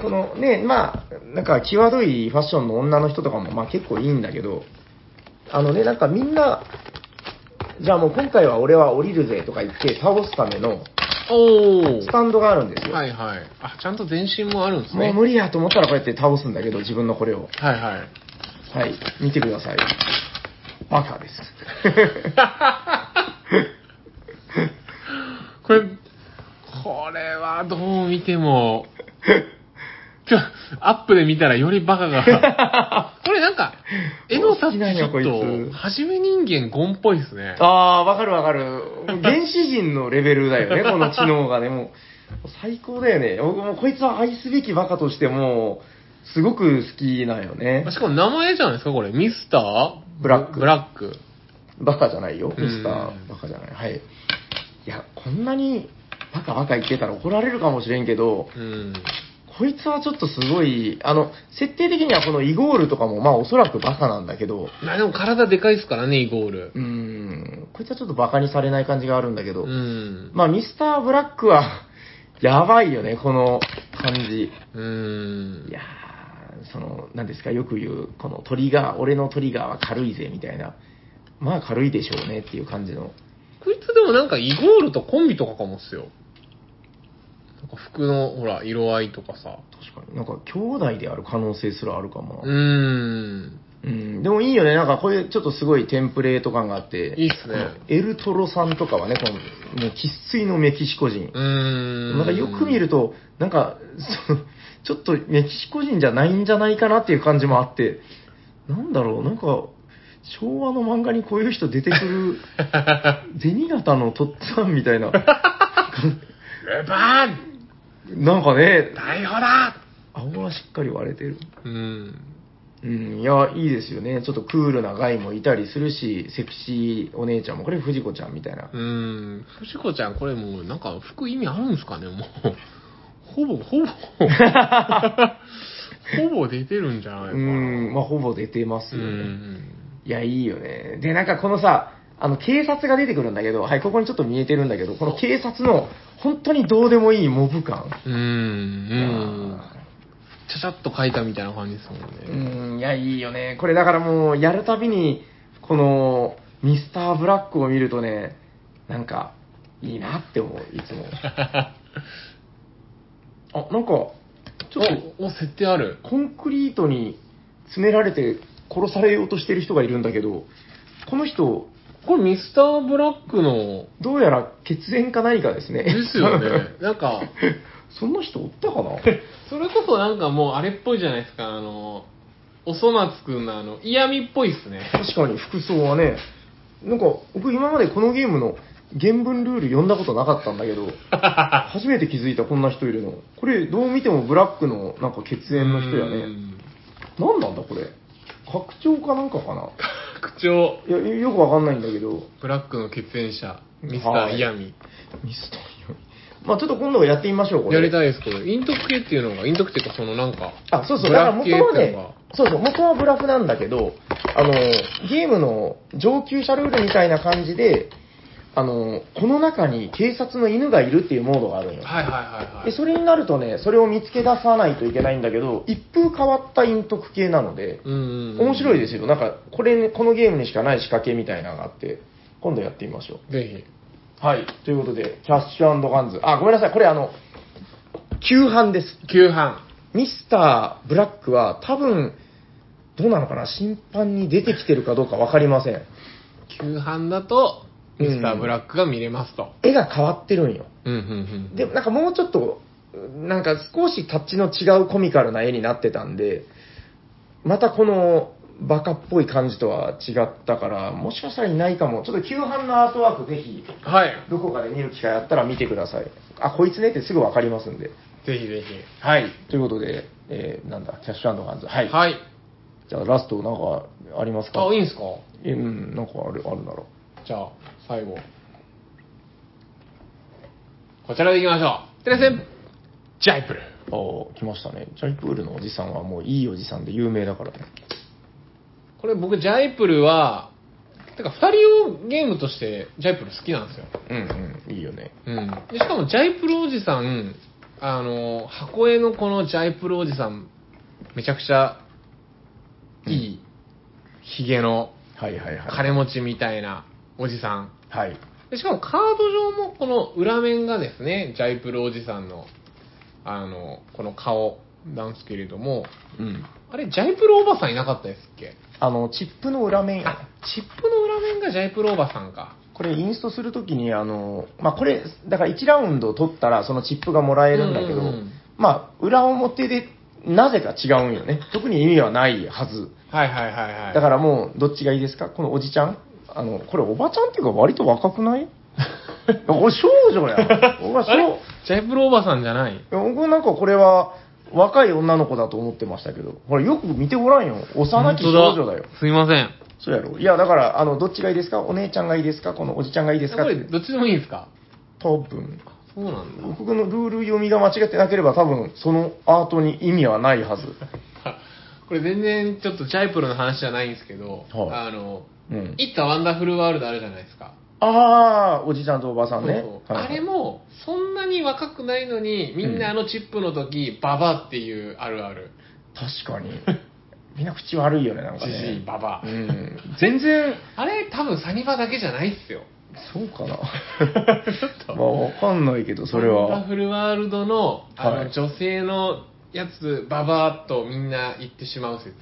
Speaker 2: このね、まあ、なんか、際どいファッションの女の人とかも、まあ結構いいんだけど、あのね、なんかみんな、じゃあもう今回は俺は降りるぜとか言って倒すための
Speaker 1: おー
Speaker 2: スタンドがあるんですよ。
Speaker 1: はいはい。あ、ちゃんと全身もあるんです
Speaker 2: もう
Speaker 1: ね。
Speaker 2: 無理やと思ったらこうやって倒すんだけど、自分のこれを。
Speaker 1: はいはい。
Speaker 2: はい、見てください。バ カです。
Speaker 1: これ、これはどう見ても、 ちょアップで見たらよりバカ が。これなんか、絵のタッチちょ
Speaker 2: 好きなんやこ
Speaker 1: っ
Speaker 2: いつ
Speaker 1: と、はじめ人間ゴンっぽいですね。
Speaker 2: ああー、わかるわかる。原始人のレベルだよ ね、この知能がね。もう、最高だよね。僕もうこいつは愛すべきバカとしてもう、すごく好きなんよね。
Speaker 1: しかも名前じゃないですか、これ。ミスター
Speaker 2: ブラック
Speaker 1: ブラック。
Speaker 2: バカじゃないよ、ミ
Speaker 1: うん
Speaker 2: スター。バカじゃない。はい。いや、こんなにバカバカ言ってたら怒られるかもしれんけど、
Speaker 1: うん。
Speaker 2: こいつはちょっとすごい、あの、設定的にはこのイゴールとかも、まあおそらくバカなんだけど、
Speaker 1: まあでも体でかいですからね、イゴール
Speaker 2: う。ーん、こいつはちょっとバカにされない感じがあるんだけど、
Speaker 1: うん。
Speaker 2: まあ、ミスターブラックは、 やばいよね、この感じ。
Speaker 1: うん
Speaker 2: い。やー、その、なんですか、よく言う、このトリガー、俺のトリガーは軽いぜ、みたいな。まあ、軽いでしょうねっていう感じの。
Speaker 1: こいつでもなんかイゴールとコンビとかかもっすよ。なんか服の、ほら、色合いとかさ。
Speaker 2: 確かに。なんか、兄弟である可能性すらあるかも
Speaker 1: う
Speaker 2: な。
Speaker 1: ーん。
Speaker 2: うん、でもいいよね、なんか、こういうちょっとすごいテンプレート感があって。
Speaker 1: いいっすね
Speaker 2: このエルトロさんとかはね、この、もう、生粋のメキシコ人
Speaker 1: う。ーん。
Speaker 2: なんかよく見ると、なんか、そのちょっとメキシコ人じゃないんじゃないかなっていう感じもあって、なんだろう、なんか、昭和の漫画にこういう人出てく る、銭形のとっつぁんみたいな、
Speaker 1: ルパン
Speaker 2: なんかね、
Speaker 1: 逮捕だ
Speaker 2: 顎がしっかり割れてる。
Speaker 1: うん。
Speaker 2: うん、いや、いいですよね。ちょっとクールなガイもいたりするし、セクシーお姉ちゃんも、これ藤子ちゃんみたいな
Speaker 1: う。ーん。藤子ちゃん、これもう、なんか服意味あるんですかね、もう。ほぼ、ほぼ。ほぼ出てるんじゃないか
Speaker 2: う
Speaker 1: な。
Speaker 2: ん、まあ、ほぼ出てます
Speaker 1: う
Speaker 2: よね。
Speaker 1: ん。
Speaker 2: いや、いいよね。で、なんかこのさ、あの、警察が出てくるんだけど、はい、ここにちょっと見えてるんだけど、この警察の、本当にどうでもいいモブ感。
Speaker 1: うん。うん
Speaker 2: あ。
Speaker 1: ちゃちゃっと書いたみたいな感じですもんね。
Speaker 2: ーうん、いや、いいよね。これだからもう、やるたびに、この、ミスターブラックを見るとね、なんか、いいなって思う、いつも。あ、なんか、ちょっと、
Speaker 1: お、お、設定ある。
Speaker 2: コンクリートに詰められて殺されようとしてる人がいるんだけど、この人、
Speaker 1: これミスターブラックの、
Speaker 2: どうやら血縁か何かですね。
Speaker 1: ですよね。なんか、
Speaker 2: そんな人おったかな
Speaker 1: それこそなんかもうあれっぽいじゃないですか、あの、おそ松くんのあの、嫌味っぽいっすね。
Speaker 2: 確かに服装はね、なんか僕今までこのゲームの原文ルール読んだことなかったんだけど、 初めて気づいたこんな人いるの。これどう見てもブラックのなんか血縁の人や
Speaker 1: う
Speaker 2: ね。
Speaker 1: ん。
Speaker 2: 何なんだこれ。拡張かなんかかな
Speaker 1: 口調、
Speaker 2: いや、よよくわかんないんだけど、
Speaker 1: ブラックの血縁者、ミスタ
Speaker 2: は
Speaker 1: ー
Speaker 2: い
Speaker 1: 嫌味。
Speaker 2: ミスターよりまあちょっと今度やってみましょう、これ。
Speaker 1: やりたいです、これ。陰徳系っていうのが、陰徳っていうかそのなんか、
Speaker 2: あ、そうそう、
Speaker 1: ブ
Speaker 2: だから
Speaker 1: ラック
Speaker 2: 元
Speaker 1: 系
Speaker 2: は
Speaker 1: っていう
Speaker 2: ね
Speaker 1: のが、
Speaker 2: そうそう、元はブラフなんだけど、あの、ゲームの上級者ルールみたいな感じで、あの、この中に警察の犬がいるっていうモードがあるのよ。
Speaker 1: はいはいはいは
Speaker 2: で
Speaker 1: い。
Speaker 2: それになるとね、それを見つけ出さないといけないんだけど、一風変わった陰徳系なので、
Speaker 1: うんうんうん
Speaker 2: 面白いですよ。なんか、これ、このゲームにしかない仕掛けみたいなのがあって、今度やってみましょう。
Speaker 1: ぜ
Speaker 2: はい。ということで、キャッシュガンズ。あ、ごめんなさい。これあの、旧版です。
Speaker 1: ひ。急半。
Speaker 2: ミスター・ブラックは多分、どうなのかな審判に出てきてるかどうかわかりません。
Speaker 1: 急半だと、
Speaker 2: うん
Speaker 1: ミスターブラックが見れますと。
Speaker 2: 絵が変わってるんよ。
Speaker 1: うんうん
Speaker 2: でもなんかもうちょっと、なんか少しタッチの違うコミカルな絵になってたんで、またこのバカっぽい感じとは違ったから、もしかしたらいないかも。ちょっと旧版のアートワークぜひ、
Speaker 1: うん。はい。
Speaker 2: どこかで見る機会あったら見てください。あ、こいつねってすぐわかりますんで。
Speaker 1: ぜひぜ
Speaker 2: はい。ということで、えーなんだ、キャッシュガンズ。は
Speaker 1: ひ。
Speaker 2: い。
Speaker 1: はい。
Speaker 2: じゃあラストなんかありますか
Speaker 1: あ、いいんすか
Speaker 2: えうん、なんかある、あるなら。
Speaker 1: じゃあ、最後。こちらでいきましょう。テレセン、ジャイプル。
Speaker 2: ああ、来ましたね。ジャイプールのおじさんはもういいおじさんで有名だからね。
Speaker 1: これ僕、ジャイプルは、てか、二人をゲームとして、ジャイプル好きなんですよ。
Speaker 2: うんうん、いいよね。
Speaker 1: うん。でしかも、ジャイプルおじさん、あの、箱絵のこのジャイプルおじさん、めちゃくちゃ、いい、ヒゲの、
Speaker 2: はいはいはい。
Speaker 1: 金持ちみたいなおじさん。
Speaker 2: はい。
Speaker 1: でしかもカード上もこの裏面がですね、ジャイプルおじさんの、あの、この顔なんですけれども、
Speaker 2: うん。
Speaker 1: あれ、ジャイプルおばさんいなかったですっけ
Speaker 2: あの、チップの裏面やね
Speaker 1: あ、チップの裏面がジャイプルおばさんか。
Speaker 2: これインストするときに、あの、まあ、これ、だから1ラウンド取ったらそのチップがもらえるんだけど、
Speaker 1: うんうんうん
Speaker 2: まあ、裏表でなぜか違うんよね。特に意味はないはず。
Speaker 1: はいはいはいはい。
Speaker 2: だからもう、どっちがいいですかこのおじちゃんあの、これおばちゃんっていうか割と若くない いや俺少女やん。俺は
Speaker 1: あれ
Speaker 2: 少
Speaker 1: ジャイプルおばさんじゃない
Speaker 2: 僕なんかこれは若い女の子だと思ってましたけど、ほらよく見てごらんよ。幼き少女だよ。
Speaker 1: すいません。
Speaker 2: そうやろ。いや、だから、あの、どっちがいいですかお姉ちゃんがいいですかこのおじちゃんがいいですか
Speaker 1: こ
Speaker 2: っ
Speaker 1: れ、
Speaker 2: て。
Speaker 1: どっちでもいいんですか
Speaker 2: 多分、
Speaker 1: そうなんだ。
Speaker 2: 僕のルール読みが間違ってなければ多分、そのアートに意味はないはず。
Speaker 1: これ全然ちょっとジャイプルの話じゃないんですけど、
Speaker 2: はい
Speaker 1: あの、
Speaker 2: うん。
Speaker 1: いったワンダフルワールドあるじゃないですか。
Speaker 2: ああ、おじちゃんとおばさんね。
Speaker 1: そうそう
Speaker 2: はいはい
Speaker 1: あれもそんなに若くないのにみんなあのチップの時、ババっていうあるある
Speaker 2: 確かに。みんな口悪いよね、なんか
Speaker 1: ジ
Speaker 2: ね。
Speaker 1: ジイババ、
Speaker 2: うん。全然、
Speaker 1: あれ多分サニバだけじゃないっ すよ
Speaker 2: そうかな。
Speaker 1: と
Speaker 2: まあ、わかんないけど、それは。
Speaker 1: ワンダフルワールドのあの、
Speaker 2: はい
Speaker 1: 女性のやつババとみんな言ってしまう 説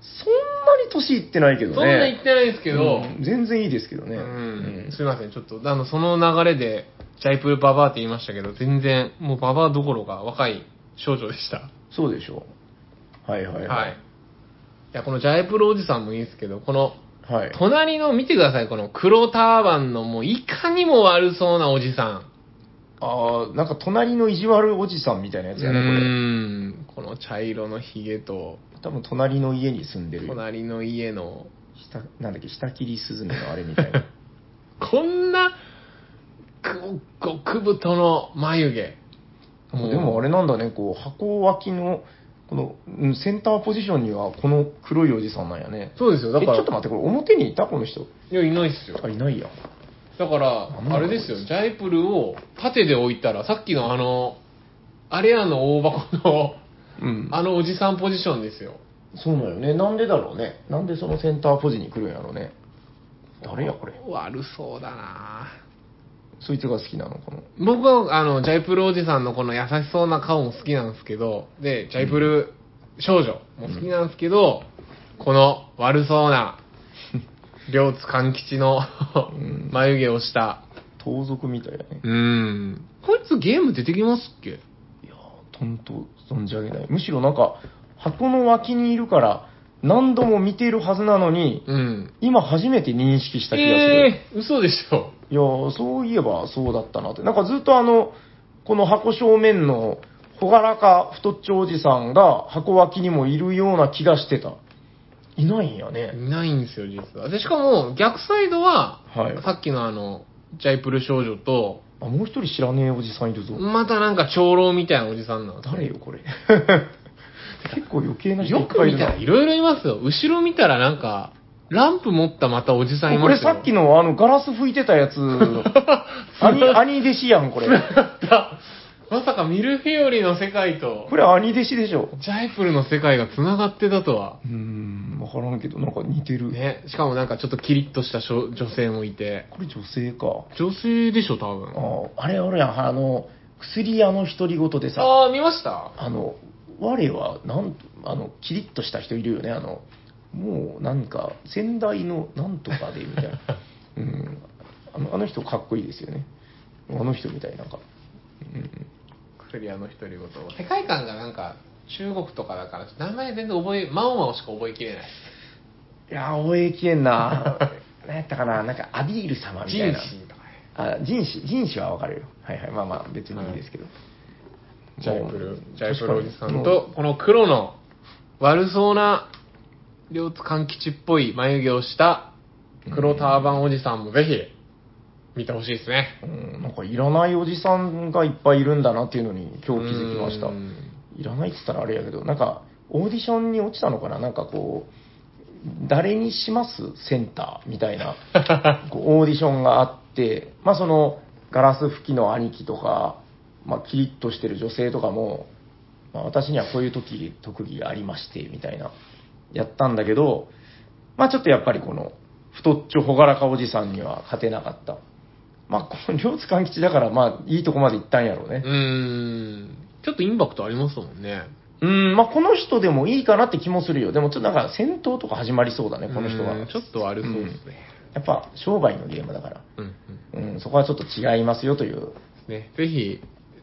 Speaker 2: そんなに年いってないけどね。
Speaker 1: そんな言ってないですけど、
Speaker 2: うん全然いいですけどね。
Speaker 1: うん
Speaker 2: うん
Speaker 1: すいませんちょっとあのその流れでジャイプルババって言いましたけど全然もうババどころか若い少女でした
Speaker 2: そうでしょう。はいはい
Speaker 1: はい。いや、このジャイプルおじさんもいいんですけど、この、
Speaker 2: はい。はい、
Speaker 1: 隣の見てください、この黒ターバンのもういかにも悪そうなおじさ
Speaker 2: ああ、なんか隣の意地悪おじさんみたいなや
Speaker 1: ん。
Speaker 2: つやね、これ。
Speaker 1: ん。この茶色のヒゲと、
Speaker 2: 多分隣の家に住んでる。
Speaker 1: 隣の家の、
Speaker 2: 下なんだっけ、下切りスズメのあれみたいな。
Speaker 1: こんな、く、極太の眉毛。
Speaker 2: なんかで もあれなんだね、こう、箱脇の、この、うんセンターポジションにはこの黒いおじさんなんやね。
Speaker 1: そうですよ、だから。
Speaker 2: えちょっと待って、これ表にいたこの人。
Speaker 1: いや、いないっすよ。
Speaker 2: あ、いないや。
Speaker 1: だから、あれですよ、ジャイプルを縦で置いたら、さっきのあの、あれやの大箱の、
Speaker 2: うん。
Speaker 1: あのおじさんポジションですよ。
Speaker 2: そうだよね。なんでだろうね。なんでそのセンターポジに来るんやろうね。誰やこれ。
Speaker 1: 悪そうだな
Speaker 2: そいつが好きなのかな。
Speaker 1: 僕はあのジャイプルおじさんのこの優しそうな顔も好きなんですけどでジャイプル少女も好きなんですけど、この悪そうな両津勘吉の
Speaker 2: ん
Speaker 1: 眉毛をした
Speaker 2: 盗賊みたいだね。
Speaker 1: うんこいつゲーム出てきますっけ
Speaker 2: いやー、とんと存じ上げない。むしろなんか、箱の脇にいるから、何度も見ているはずなのに、
Speaker 1: うん
Speaker 2: 今初めて認識した気がする。
Speaker 1: ええー、嘘でしょ
Speaker 2: いやー、そういえばそうだったなって。なんかずっとあの、この箱正面の、朗らか太っちょおじさんが箱脇にもいるような気がしてた。いないんやね。
Speaker 1: いないんですよ実はでしかも逆サイドは、
Speaker 2: はい。
Speaker 1: さっきのあのジャイプル少女と
Speaker 2: あ、もう一人知らねえおじさんいるぞ。
Speaker 1: またなんか長老みたいなおじさんなんですよ
Speaker 2: 誰よ、これ。結構余計な人い
Speaker 1: よ
Speaker 2: っぱ
Speaker 1: く
Speaker 2: いい
Speaker 1: 見
Speaker 2: る
Speaker 1: たら
Speaker 2: な
Speaker 1: いろいろいますよ。後ろ見たらなんか、ランプ持ったまたおじさんい
Speaker 2: こ
Speaker 1: ま
Speaker 2: れ
Speaker 1: したよ
Speaker 2: さっきのあのガラス拭いて たやつ、兄、兄弟子やん、これ。
Speaker 1: まさかミルフィオリの世界と、
Speaker 2: これ兄弟子でしょ。
Speaker 1: ジャイプルの世界が繋がってたとは。
Speaker 2: うーん、わからんけど、なんか似てる。
Speaker 1: ね、しかもなんかちょっとキリッとしたしょ女性もいて。
Speaker 2: これ女性か。
Speaker 1: 女性でしょ、多分。
Speaker 2: ああれあるやん、あの、薬屋の独り言でさ、
Speaker 1: ああ、見ました
Speaker 2: あの、我は、なん、あの、キリッとした人いるよね、あの、もうなんか、先代のなんとかで、み たいな。うんあの。あの人かっこいいですよね。あの人みたい、なんか。うん
Speaker 1: クリアの独り言。世界観がなんか、中国とかだから、名前全然覚え、まおまおしか覚えきれない。
Speaker 2: いやー、覚えきれ んな。何やったかな、なんかアビール様み
Speaker 1: ジ
Speaker 2: たい
Speaker 1: ン
Speaker 2: な。
Speaker 1: シンとかね。
Speaker 2: あ、人種、人種はわかるよ。はいはい、まあまあ、別にいいですけど。
Speaker 1: ジャイプ
Speaker 2: もう
Speaker 1: ル、ジャイプルおじさん。
Speaker 2: も
Speaker 1: と、この黒の悪そうな、両津勘吉っぽい眉毛をした黒ターバンおじさんもぜひ見てほしいですね。
Speaker 2: ううん、なんかいらないおじさんがいっぱいいるんだなっていうのに今日気づきました
Speaker 1: う。ん
Speaker 2: いらないって言ったらあれやけど、なんかオーディションに落ちたのかななんかこう、誰にしますセンターみたいなこうオーディションがあって、まあそのガラス吹きの兄貴とか、まあキリッとしてる女性とかも、まあ、私にはこういう時特技がありまして、みたいな、やったんだけど、まあちょっとやっぱりこの、太っちょほがらかおじさんには勝てなかった。まあこの両津勘吉だから、まあいいとこまで行ったんやろうね
Speaker 1: う。ーん。ちょっとインパクトありますもんね。
Speaker 2: うん、まあ、この人でもいいかなって気もするよ。でも、ちょっとなんか戦闘とか始まりそうだね、この人が。
Speaker 1: うんちょっと悪そうですね。
Speaker 2: やっぱ、商売のゲームだから。
Speaker 1: うん、うん。
Speaker 2: うん、そこはちょっと違いますよという。
Speaker 1: ね、ぜひ、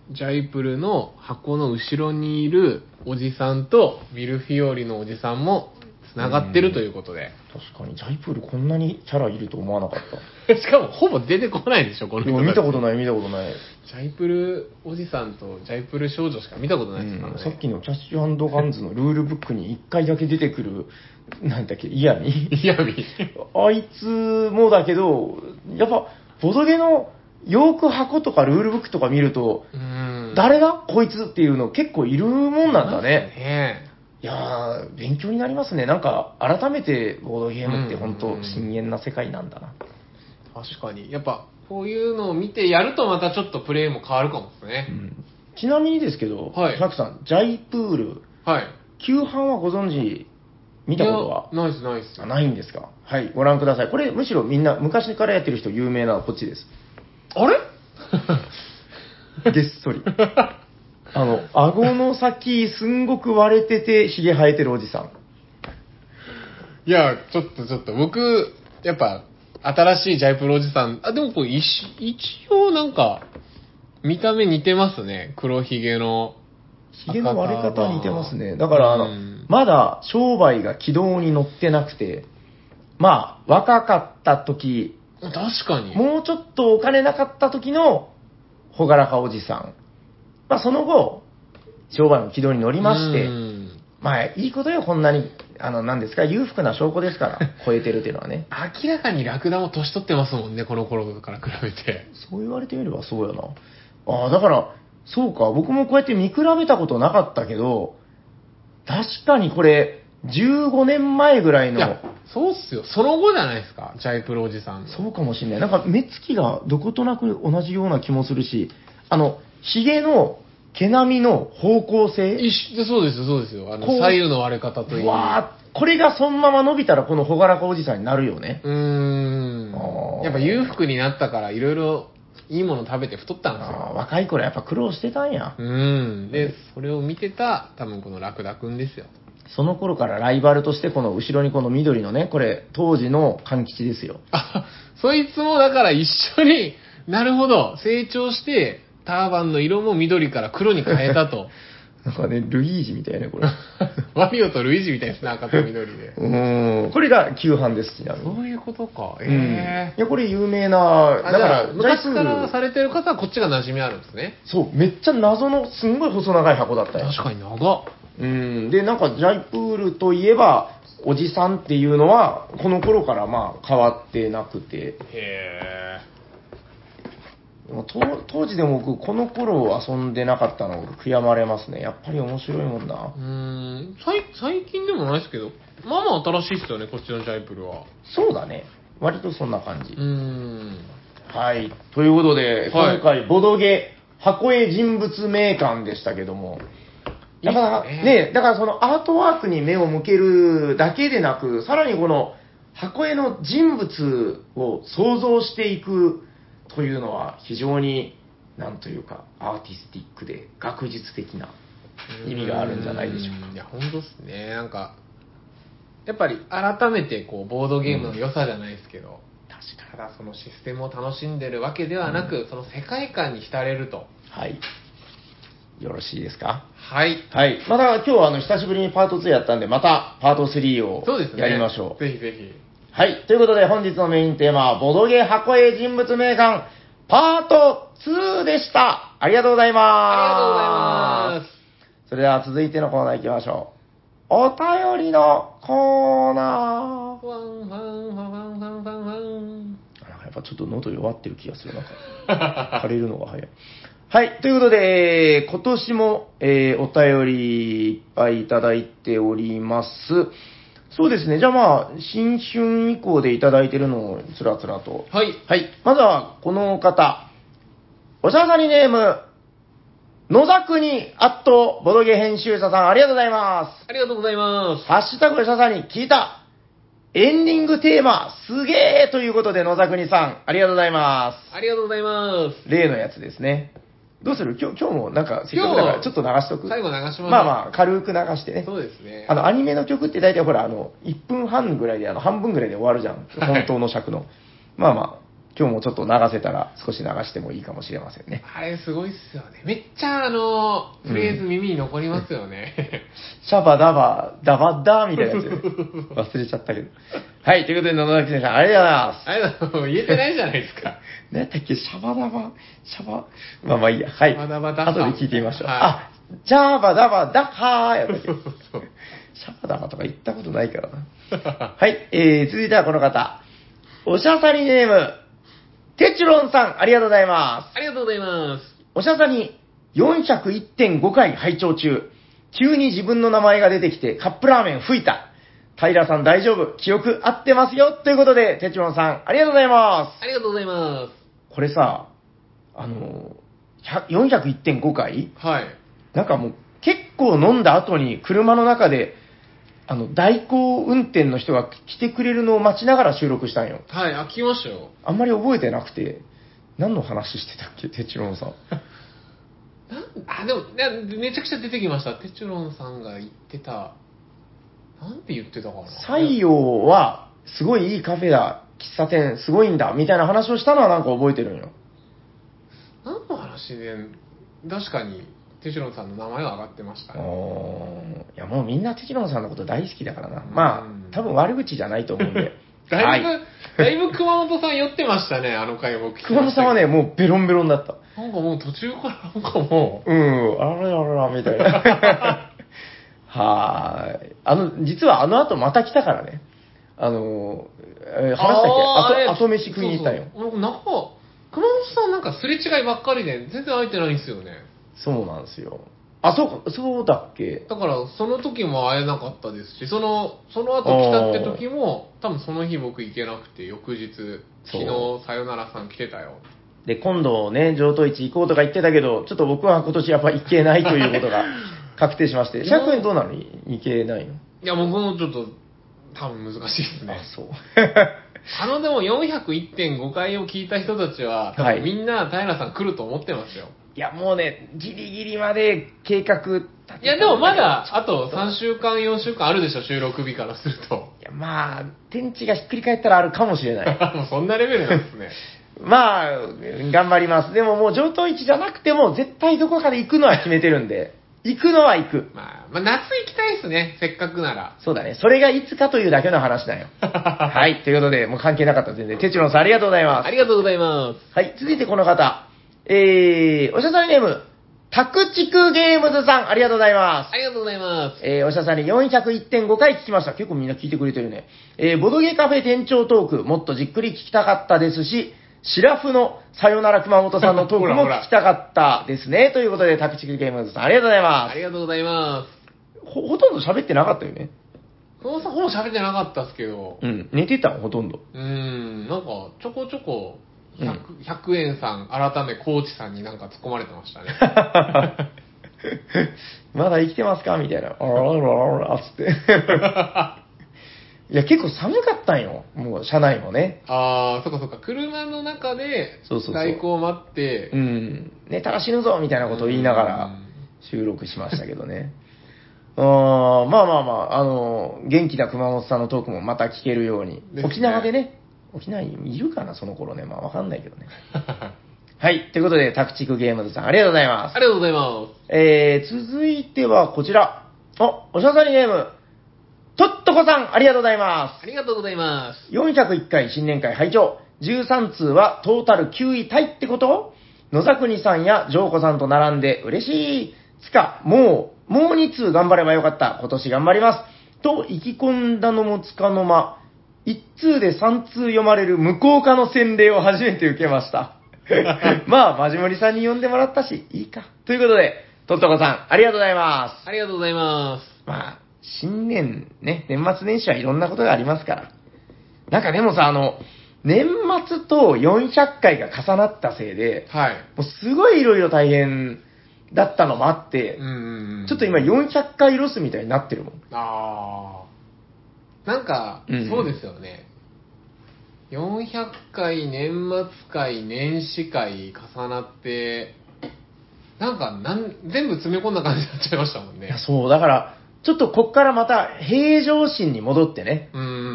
Speaker 1: ジャイプルの箱の後ろにいるおじさんとミルフィオリのおじさんも繋がってるということで。
Speaker 2: 確かに、ジャイプールこんなにキャラいると思わなかっ
Speaker 1: しかもほぼ出てこないでしょ、こ
Speaker 2: た。
Speaker 1: の
Speaker 2: で
Speaker 1: 人
Speaker 2: も見たこと
Speaker 1: ない。
Speaker 2: ない、見たことない。
Speaker 1: ジャイプルおじさんとジャイプル少女しか見たこと
Speaker 2: う
Speaker 1: ないですから
Speaker 2: ん
Speaker 1: ね。、
Speaker 2: さっきのキャッシュガンズのルールブックに1回だけ出てくる、 なんだっけ、イヤミ
Speaker 1: いや、み。
Speaker 2: あいつもだけど、やっぱ、ボドゲのよーく箱とかルールブックとか見ると、
Speaker 1: うん
Speaker 2: 誰だこいつっていうの結構いるもんなんだね。
Speaker 1: ね
Speaker 2: いやー、勉強になりますね。なんか、改めてボードゲームって本
Speaker 1: うんうん
Speaker 2: 当
Speaker 1: うん
Speaker 2: 深淵な世界なんだな。
Speaker 1: 確かに。やっぱ、こういうのを見てやるとまたちょっとプレイも変わるかもです
Speaker 2: う
Speaker 1: ね。
Speaker 2: んちなみにですけど、
Speaker 1: はい
Speaker 2: シャークさん、ジャイプール、
Speaker 1: はい。
Speaker 2: 旧版はご存知、見たことはい
Speaker 1: やないです、ないです
Speaker 2: あ。ないんですかはい、ご覧ください。これ、むしろみんな、昔からやってる人有名なのこっちです。
Speaker 1: あれ
Speaker 2: げっそ り。あの、顎の先、すんごく割れてて、髭生えてるおじさん。
Speaker 1: いや、ちょっとちょっと、僕、やっぱ、新しいジャイプロおじさん、あ、でもこれ一、一応なんか、見た目似てますね。黒ひげの。
Speaker 2: ひげの割れ方似てますね。だから、あの
Speaker 1: うん、
Speaker 2: まだ商売が軌道に乗ってなくて、まあ、若かった時、
Speaker 1: 確かに。
Speaker 2: もうちょっとお金なかった時の、ほがらかおじさん。まあ、その後、商売の軌道に乗りまして、
Speaker 1: うん
Speaker 2: まあ、いいことよ、こんなに、あの、なんですか、裕福な証拠ですから、超えてるっていうのはね。
Speaker 1: 明らかにラクダも年取ってますもんね、この頃から比べて。
Speaker 2: そう言われてみればそうやな。ああ、だから、そうか、僕もこうやって見比べたことなかったけど、確かにこれ、15年前ぐらい
Speaker 1: い
Speaker 2: の
Speaker 1: や、、そうっすよ。その後じゃないですか、ジャイプロおじさんの。
Speaker 2: そうかもしれない。なんか目つきがどことなく同じような気もするし、あの、髭の毛並みの方向性、
Speaker 1: 一緒そうですよ、そうですよ。あの、
Speaker 2: こう
Speaker 1: 左右の割れ方といい。
Speaker 2: うわーこれがそのまま伸びたらこの朗らかおじさんになるよね。
Speaker 1: うーん
Speaker 2: あー。
Speaker 1: やっぱ裕福になったから、いろいろいいもの食べて太ったんですよ。
Speaker 2: あー若い頃やっぱ苦労してたんや。
Speaker 1: うん。で、それを見てた、多分このラクダくんですよ。
Speaker 2: その頃からライバルとしてこの後ろにこの緑のね、これ当時の勘吉ですよ。
Speaker 1: あ、 そいつもだから一緒に、なるほど、成長して、ターバンの色も緑から黒に変えた と。
Speaker 2: なんかね、ルイージみたいね、 これ。
Speaker 1: マリオとルイージみたいですね、赤と緑で。
Speaker 2: うーん。これが旧版です、ちなみ
Speaker 1: そ
Speaker 2: に。
Speaker 1: ういうことか。
Speaker 2: うん。
Speaker 1: え
Speaker 2: い
Speaker 1: え
Speaker 2: や、これ有名な、だ
Speaker 1: あ
Speaker 2: か
Speaker 1: じゃあ
Speaker 2: ら、
Speaker 1: 昔か
Speaker 2: ジャイプー
Speaker 1: ら
Speaker 2: ル
Speaker 1: されてる方はこっちが馴染みあるんですね。
Speaker 2: そう、めっちゃ謎の、すんごい細長い箱だったよ。
Speaker 1: 確かに長っ。
Speaker 2: うん。で、なんか、ジャイプールといえば、おじさんっていうのは、この頃からまあ、変わってなくて、
Speaker 1: へえ。
Speaker 2: でも当当時でも僕、この頃遊んでなかったのが悔やまれますね。やっぱり面白いもんな
Speaker 1: う。ーん最最近でもないですけどまあまあ新しいっすよねこっちのジャイプルは
Speaker 2: そうだね。割とそんな感じ
Speaker 1: うー。ん
Speaker 2: はい。ということで、
Speaker 1: はい
Speaker 2: 今回、ボドゲ、箱絵人物名鑑でしたけども、だから、
Speaker 1: いいっすね
Speaker 2: ね、だからそのアートワークに目を向けるだけでなく、さらにこの箱絵の人物を想像していくというのは非常に、なんというか、アーティスティックで学術的な意味があるんじゃないでしょうか。
Speaker 1: んいや本当っすねなんかやっぱり改めてこうボードゲームの良さじゃないですけど、
Speaker 2: 確
Speaker 1: ただそのシステムを楽しんでるわけではなく、その世界観に浸れると
Speaker 2: かに。はい。よろしいですか
Speaker 1: はい
Speaker 2: はい。また今日はあの久しぶりにパート2やったんで、またパート3を
Speaker 1: そうですね
Speaker 2: やりましょう。
Speaker 1: ぜひぜひ
Speaker 2: はい。ということで本日のメインテーマは、ボドゲ箱絵人物名鑑パート2でした。ありがとうござい
Speaker 1: あ
Speaker 2: ま
Speaker 1: りがとうございま
Speaker 2: す。
Speaker 1: す
Speaker 2: す。それでは続いてのコーナー行きましょう。お便りのコーナ
Speaker 1: ワンワンワンワンワンワンワン
Speaker 2: ー。なんかやっぱちょっと喉弱ってる気がする。なんか、枯れるのが早い。 はい。ということで、えー今年も、えーお便りいっぱいいただいております。そうですね。じゃあまあ、新春以降でいただいてるのをつらつらと
Speaker 1: はい
Speaker 2: はい。まずは、この方。おしゃがりネーム、野田国アットボドゲ編集者さん、ありがとうございま
Speaker 1: ありがとうございます
Speaker 2: す。ハッシュタグ社さんに聞いた。エンディングテーマ、すげーということで、野田国さん、ありがとうございま
Speaker 1: ありがとうございます
Speaker 2: す。例のやつですね。どうする今日、今日もなんか、せっかくだから、ちょっと流しとく。
Speaker 1: 最後流します
Speaker 2: まあまあ、軽く流してね。
Speaker 1: そうですね
Speaker 2: あの、アニメの曲って大体ほら、あの、1分半ぐらいで、あの、半分ぐらいで終わるじゃん。
Speaker 1: はい
Speaker 2: 本当の尺の。まあまあ、今日もちょっと流せたら、少し流してもいいかもしれませんね。
Speaker 1: あれすごいっすよね。めっちゃあの、フレーズ耳に残りますよね。
Speaker 2: シャバダバ、ダバッダーみたいなやつね、忘れちゃったけど。はい、ということで、野々崎先生、ありがとうございます。
Speaker 1: あれだ、もう言えてないじゃないですか。
Speaker 2: 何やったっけシャバダバ、シャバ、まあまあいいや。はい。
Speaker 1: シャバダバダハ
Speaker 2: 後で聞いてみましょう。
Speaker 1: はい
Speaker 2: あ、ジャバダバダハーやったっけ
Speaker 1: そうそう
Speaker 2: シャバダバとか言ったことないからな。
Speaker 1: あ
Speaker 2: はい、えー、続いてはこの方。おしゃさりネーム、てちろんさん、ありがとうございま。
Speaker 1: りがとうございます。
Speaker 2: おしゃさに401.5回拝聴中。急に自分の名前が出てきてカップラーメン吹いた。平さん大丈夫記憶合ってますよということで、てちろんさん、ありがとうございます。
Speaker 1: ありがとうございます
Speaker 2: これさ、あのー、100 401.5回
Speaker 1: す。はい。
Speaker 2: なんかもう結構飲んだ後に車の中で、あの、代行運転の人が来てくれるのを待ちながら収録したんよ。
Speaker 1: はい、あ、聞きましたよ。
Speaker 2: あんまり覚えてなくて、何の話してたっけ、哲郎 さん。
Speaker 1: なんあ、でも、なめちゃくちゃ出てきました。てちゅろんさんが言ってた、なんて言ってたかな。
Speaker 2: 西洋は、すごいいいカフェだ、喫茶店、すごいんだ、みたいな話をしたのはなんか覚えてるんよ。
Speaker 1: 何の話で、確かに、てちゅろんさんの名前は上がってましたね。
Speaker 2: おーいや、もうみんな哲郎さんのこと大好きだからな。
Speaker 1: う
Speaker 2: ま
Speaker 1: ん。
Speaker 2: あ、多分悪口じゃないと思うんで
Speaker 1: だいぶ、
Speaker 2: はい、
Speaker 1: だいぶ熊本さん酔ってましたね、あの回僕聞きましたけど
Speaker 2: 熊本さんはね、もうベロンベロンだった。
Speaker 1: なんかもう途中からなんかも
Speaker 2: うん、あららら、みた いな。はーい。あの、実はあの後また来たからね。あの、えー
Speaker 1: う、
Speaker 2: 話したっけ
Speaker 1: あーあれ
Speaker 2: あと、後飯食いに行ったんよ。
Speaker 1: そうそうなんか、熊本さんなんかすれ違いばっかりで、全然空いてないんですよね。
Speaker 2: そうなんですよ。あ、そうか、そうだっけ
Speaker 1: だから、その時も会えなかったですし、その、その後来たって時も、多分その日僕行けなくて、翌日、昨
Speaker 2: そ
Speaker 1: 日、さよならさん来てたよ。
Speaker 2: で、今度ね、上等市行こうとか言ってたけど、ちょっと僕は今年やっぱ行けないというこ とが確定しまして、シャーク君どうなのい行けない
Speaker 1: い
Speaker 2: の
Speaker 1: や、僕もちょっと、多分難しいですね
Speaker 2: あ。、そう。
Speaker 1: あの、でも401.5回を聞いた人たちは、多
Speaker 2: はい
Speaker 1: 分みんな平さん来ると思ってますよ。
Speaker 2: いや、もうね、ギリギリまで計画立てたんだけど
Speaker 1: いや、でもまだ、あと3週間、4週間あるでしょ、収録日からする と。
Speaker 2: いや、まあ、天地がひっくり返ったらあるかもしれない。
Speaker 1: もうそんなレベルなんです ね。
Speaker 2: まあ、頑張ります。でももう上等市じゃなくても、絶対どこかで行くのは決めてるんで、行くのは行く。
Speaker 1: まあ、まあ、夏行きたいですね、せっかくなら。
Speaker 2: そうだね。それがいつかというだけの話 だよ。はい。ということで、もう関係なかった全然。てちろんさん、ありがとうございま
Speaker 1: ありがとうございます。
Speaker 2: す。はい。続いてこの方。えー、おしゃさんネーム、タクチクゲームズさん、ありがとうございます。
Speaker 1: ありがとうございます。
Speaker 2: えー、おしゃさんに401.5回聞きました。結構みんな聞いてくれてるね。えー、ボドゲカフェ店長トーク、もっとじっくり聞きたかったですし、シラフのさよなら熊本さんのトークも
Speaker 1: ほらほら
Speaker 2: 聞きたかったですね。ということで、タクチクゲームズさんありがとうございま
Speaker 1: ありがとうございます。
Speaker 2: す。ほ、ほとんど喋ってなかったよね。
Speaker 1: このさんほぼ喋ってなかったっすけど、
Speaker 2: うん。寝てたのほとんど。
Speaker 1: うーん、なんか、ちょこちょこ100、
Speaker 2: う
Speaker 1: 100円さん、改め、コーチさんになんか突っ込まれてましたね。
Speaker 2: まだ生きてますかみたいな。あらあらあら、つって。 いや、結構寒かったんよ。もう、車内もね。
Speaker 1: ああ、そっかそっか、車の中で
Speaker 2: そうそうそう、
Speaker 1: 在庫を待って、
Speaker 2: うん。ネタが死ぬぞみたいなことを言いなが
Speaker 1: う
Speaker 2: ら
Speaker 1: ん
Speaker 2: 収録しましたけどね。あーまあまあまあ、あの、元気な熊本さんのトークもまた聞けるように。
Speaker 1: ですね
Speaker 2: 沖縄でね、沖縄にいるかな、その頃ね。まあわかんないけどね。はい。ということで、タクチクゲームズさんありがとうございます
Speaker 1: あ。りがとうございま
Speaker 2: えー、続いてはこちら。あ、おしゃさりネーム、とっとこさん、ありがとうございます
Speaker 1: す。ありがとうございます。
Speaker 2: す。401回新年会拝聴13通はトータル9位タイってこと野田国さんやジョーコさんと並んで嬉しい。つか、もう、もう2通頑張ればよかった。今年頑張ります。と、意気込んだのもつかの間、1通で3通読まれる無効化の洗礼を初めて受けました。まあ、マジモリさんに呼んでもらったし、いいか。ということで、とっとこさん、ありがとうございます。
Speaker 1: ありがとうございま。、
Speaker 2: まあ、新年ね、年末年始はいろんなことがありますから。なんかでもさ、あの、年末と400回が重なったせいです
Speaker 1: はい。
Speaker 2: もうすごいいろいろ大変だったのもあって
Speaker 1: うん、うんうん。
Speaker 2: ちょっと今400回ロスみたいになってるもん。
Speaker 1: ああ。なんか
Speaker 2: うんうん、
Speaker 1: そうですよね。400回、年末回、年始回重なって、なんかなん、全部詰め込んだ感じになっちゃいましたもん
Speaker 2: い
Speaker 1: ね
Speaker 2: や、。そう、だから、ちょっとこっからまた平常心に戻ってね、
Speaker 1: うんうんうんうんう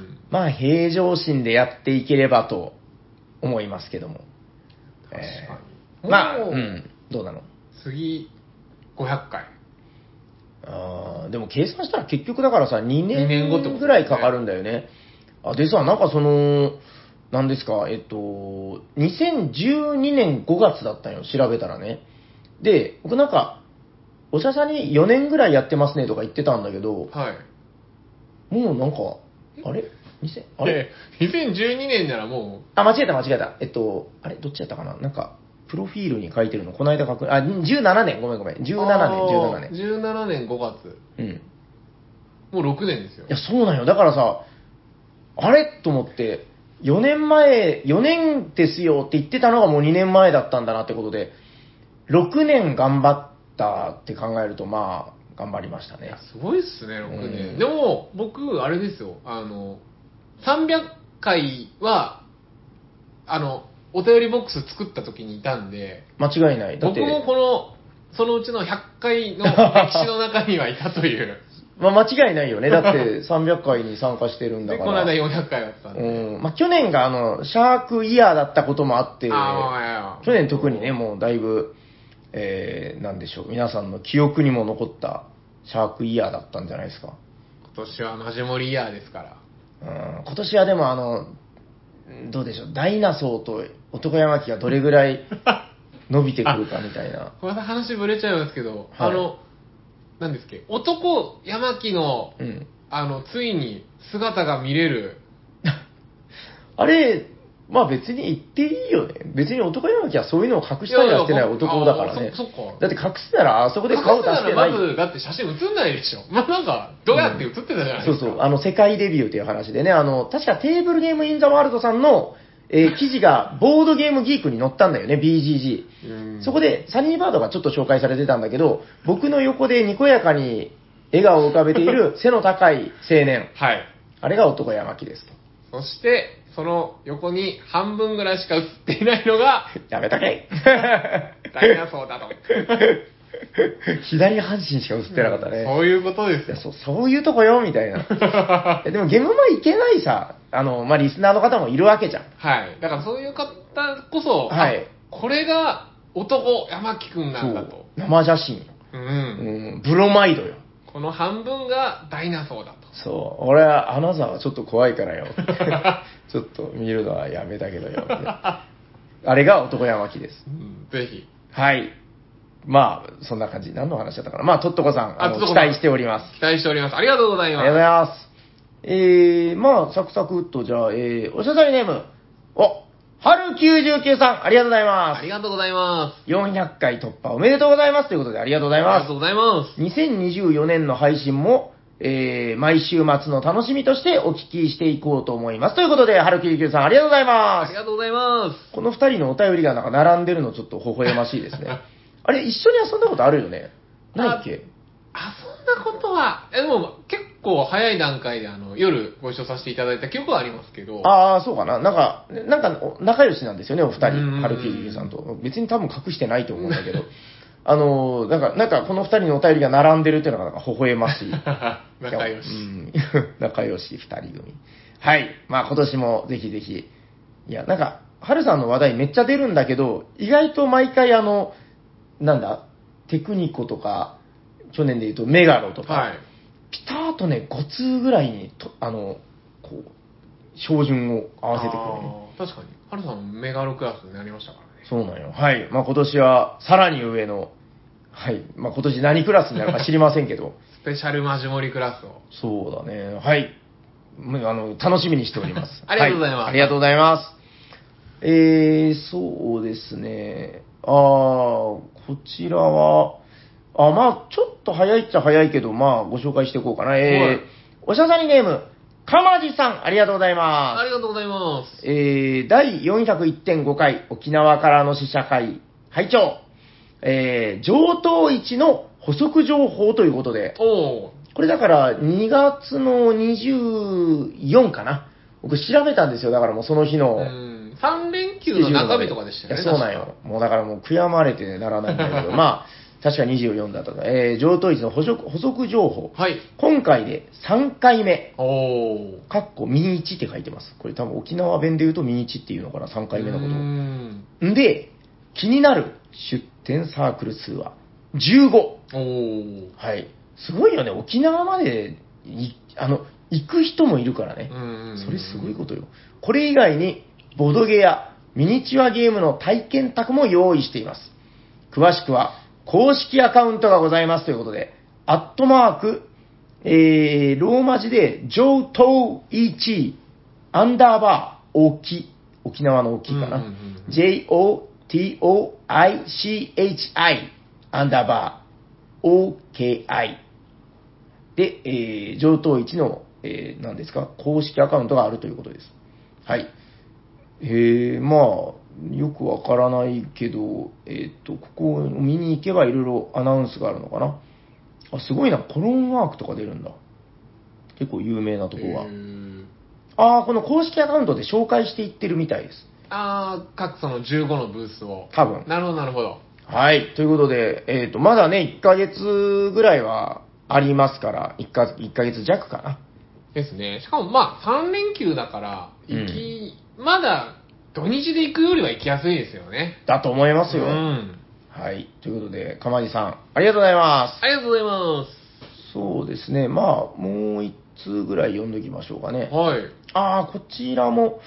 Speaker 1: ん。
Speaker 2: まあ平常心でやっていければと思いますけども。
Speaker 1: 確か
Speaker 2: え
Speaker 1: に。
Speaker 2: ーまあ、
Speaker 1: もう
Speaker 2: うん、どうなの
Speaker 1: 次、500回。
Speaker 2: あーでも計算したら結局だからさ、2
Speaker 1: 二年後ってことです
Speaker 2: 年
Speaker 1: ね
Speaker 2: ぐらいかかるんだよね。あでさ、なんかその、なんですか、えっと、2012年5月だったんよ、調べたらね。で、僕なんか、おしゃさんに4年ぐらいやってますねとか言ってたんだけど、
Speaker 1: はい。
Speaker 2: もうなんか、あれ ?2000? あれ
Speaker 1: で2012年ならも
Speaker 2: あ、間違えた間違えた。えっと、あれどっちやったかななんか、プロフィールに書いてるの、この間確認、あ、17年、ごめんごめん。17年、
Speaker 1: う、
Speaker 2: 17年。
Speaker 1: 年。17年5月。
Speaker 2: うん。
Speaker 1: もう6年ですよ
Speaker 2: い。や、そうなんよ。だからさ、あれと思って、4年前、4年ですよって言ってたのがもう2年前だったんだなってことで、6年頑張ったって考えると、まあ、頑張りました
Speaker 1: い
Speaker 2: ね
Speaker 1: や。すごいっすね、6年。
Speaker 2: うん
Speaker 1: でも、僕、あれですよ、あの、300回は、あの、お便りボックス作った時にいたんで、
Speaker 2: 間違いない。だっ
Speaker 1: 僕
Speaker 2: て、
Speaker 1: もこの、そのうちの100回の歴史の中にはいたと いう。
Speaker 2: まあ、間違いないよね。だ って、300回に参加してるんだ
Speaker 1: で、
Speaker 2: か
Speaker 1: こ
Speaker 2: ら。
Speaker 1: の間400回だったんで。
Speaker 2: うん。まあ、去年が、あの、シャークイヤーだったこともあって、
Speaker 1: あー
Speaker 2: 去年特にね、もうだいぶ、えー、なんでしょう、皆さんの記憶にも残ったシャークイヤーだったんじゃないですか。
Speaker 1: 今年はマジモリイヤーですから。
Speaker 2: うん今年はでもあの、どうでしょう、ダイナソーと男山木がどれぐ らい伸びてくるかみたいな。
Speaker 1: これまた話ぶれちゃいますけど、
Speaker 2: は
Speaker 1: あ
Speaker 2: い
Speaker 1: の、なんですっけ、男、山木の、
Speaker 2: うん。
Speaker 1: あの、ついに姿が見れる。
Speaker 2: あれ、まあ別に言っていいよね。別に男山木はそういうのを隠したりはしてない男だから
Speaker 1: いやい
Speaker 2: ね
Speaker 1: や。そそっか。
Speaker 2: だって隠すならあそこで顔出してない。
Speaker 1: 隠すならまず、だって写真写んないでしょ。まあ、なんか、どうやって写ってたじゃない
Speaker 2: そ
Speaker 1: で
Speaker 2: う
Speaker 1: すか。
Speaker 2: そう、あの、世界デビューという話でね、あの、確かテーブルゲームインザワールドさんの、えー記事がボードゲームギークに載ったんだよね、BGG。
Speaker 1: うん
Speaker 2: そこでサニーバードがちょっと紹介されてたんだけど、僕の横でにこやかに笑顔を浮かべている 背の高い青年。
Speaker 1: はい。
Speaker 2: あれが男山木ですと。
Speaker 1: そして、その横に半分ぐらいしか写っていないの が、
Speaker 2: やめとけ
Speaker 1: ダイナソーだと。
Speaker 2: 左半身しか映ってなかったね。
Speaker 1: そういうことです
Speaker 2: い
Speaker 1: よ
Speaker 2: や。そうそういうとこよ、みた いな。いやでもゲーム前行けないさ、あの、まあ、リスナーの方もいるわけじゃん。
Speaker 1: はい。だからそういう方こそ、
Speaker 2: はい
Speaker 1: あこれが男、山木くんなんだ
Speaker 2: そう
Speaker 1: と。
Speaker 2: 生写真よ、
Speaker 1: う。
Speaker 2: うんん、ブロマイドよ。
Speaker 1: この半分がダイナソーだと。
Speaker 2: そう、俺はアナザーはちょっと怖いから よ。ちょっと見るのはやめたけどよ。あれが男山木です。
Speaker 1: うんぜひ。
Speaker 2: はい。まあ、そんな感じ。何の話だったかな。まあ、とっとこさん、あの
Speaker 1: あとっと
Speaker 2: 期
Speaker 1: こさん
Speaker 2: 待しております。
Speaker 1: 期待しております。ありがとうござい
Speaker 2: あ
Speaker 1: ま
Speaker 2: りが
Speaker 1: す。
Speaker 2: とうございます。えー、まあ、サクサクっと、じゃあ、えー、おしゃべりネーム。お春99さん、ありがとうございま。
Speaker 1: ありがとうございます
Speaker 2: 400回突破おめでとうございます。ということでありがとうござい
Speaker 1: す。ありが
Speaker 2: ます
Speaker 1: とう。ございま
Speaker 2: 2024年の配信も、えー、毎週末の楽しみとしてお聞きしていこうと思います。ということで、春木ゆさん、ありがとうござい
Speaker 1: す。
Speaker 2: ま
Speaker 1: あり
Speaker 2: す。
Speaker 1: がとうございま
Speaker 2: この二人のお便りがなんか並んでるのちょっと微笑ましいですね。 あれ、一緒に遊んだことあるよねないっ
Speaker 1: す。
Speaker 2: け
Speaker 1: 遊んだことは、えでも結構早い段階であの夜ご一緒させていただいた記憶はありますけど、
Speaker 2: ああ、そうかな。なんか、なんかお仲良しなんですよね、お二
Speaker 1: うんうんう
Speaker 2: 人。
Speaker 1: ん
Speaker 2: 春木ゆさんと。別に多分隠してないと思うんだけど。あのーなんか、なんかこの二人のお便りが並んでるっていうのがなんか微笑ましい。
Speaker 1: 仲良し
Speaker 2: う。ん 仲良し2人組。はい。まあ今年もぜひぜひ。いや、なんか、ハルさんの話題めっちゃ出るんだけど、意外と毎回あの、なんだ、テクニコとか、去年で言うとメガロとか、
Speaker 1: はい。
Speaker 2: ピターとね、5通ぐらいにと、あの、こう、標準を合わせてくるね、
Speaker 1: あー確かに。ハルさんメガロクラスになりましたからね。
Speaker 2: そうなんよ。はい。まあ今年はさらに上の、はい。まあ今年何クラスになるか知りませんけど、
Speaker 1: スペシャルマジモリクラスを。
Speaker 2: そうだね。はい。むあの、楽しみにしております。
Speaker 1: ありがとうございます
Speaker 2: はありがとうございます。えー、そうですね。あー、こちらは、あ、まあちょっと早いっちゃ早いけど、まあご紹介していこうかな。えー
Speaker 1: はい
Speaker 2: おしゃさりネーム、かまじさん、ありがとうございます
Speaker 1: あ。りがとうございます。
Speaker 2: えー第401.5回沖縄からの試写会会長、えー上等一の補足情報ということで、
Speaker 1: おー。
Speaker 2: これだから2月の24かな。僕調べたんですよ。だからもうその日の。
Speaker 1: うん。3連休の中日とかでしたよね。
Speaker 2: いやそうなん
Speaker 1: 確か
Speaker 2: よ。もうだからもう悔やまれてならないんだ けど、まあ、確か24だったと。えー上等一の補足補足情報。
Speaker 1: はい。
Speaker 2: 今回で3回目。
Speaker 1: おー。
Speaker 2: かっこミニ1って書いてます。これ多分沖縄弁で言うとミニ1っていうのかな、3回目のこ
Speaker 1: うー
Speaker 2: と
Speaker 1: ん。
Speaker 2: を。んで、気になる出展サークル数は15。
Speaker 1: おー。
Speaker 2: はい。すごいよね、沖縄までいあの行く人もいるからね
Speaker 1: う。ん
Speaker 2: それすごいことよ。これ以外に、ボドゲやミニチュアゲームの体験卓も用意しています。詳しくは、公式アカウントがございますということで、アットマーク、えー、ローマ字で、上東一アンダーバー、沖、沖縄の沖か
Speaker 1: うんうん
Speaker 2: な
Speaker 1: うん。
Speaker 2: J-O-T-O-I-C-H-I、アンダーバー、OKI。で、えー上等一の、えー、何ですか、公式アカウントがあるということです。はい。へえ、まあ、よくわからないけど、えーっと、ここを見に行けばいろいろアナウンスがあるのかな。あ、すごいな、コロンワークとか出るんだ。結構有名なとこが
Speaker 1: へ。ー
Speaker 2: ああ、この公式アカウントで紹介していってるみたいです。
Speaker 1: あー、各その15のブースを。
Speaker 2: 多分。
Speaker 1: なるほど、なるほど。
Speaker 2: はい。ということで、えっ、と、まだね、1ヶ月ぐらいはありますから、1ヶ一ヶ月弱かな。
Speaker 1: ですね。しかもまあ、3連休だから、行き、まだ土日で行くよりは行きやすいですよね。
Speaker 2: だと思いますよ。
Speaker 1: うん。
Speaker 2: はい。ということで、かまじさん、ありがとうございます。
Speaker 1: ありがとうございま
Speaker 2: そうですね。まあ、もう1通ぐらい読んどきましょうかね
Speaker 1: す。。はい。
Speaker 2: ああ、こちらも、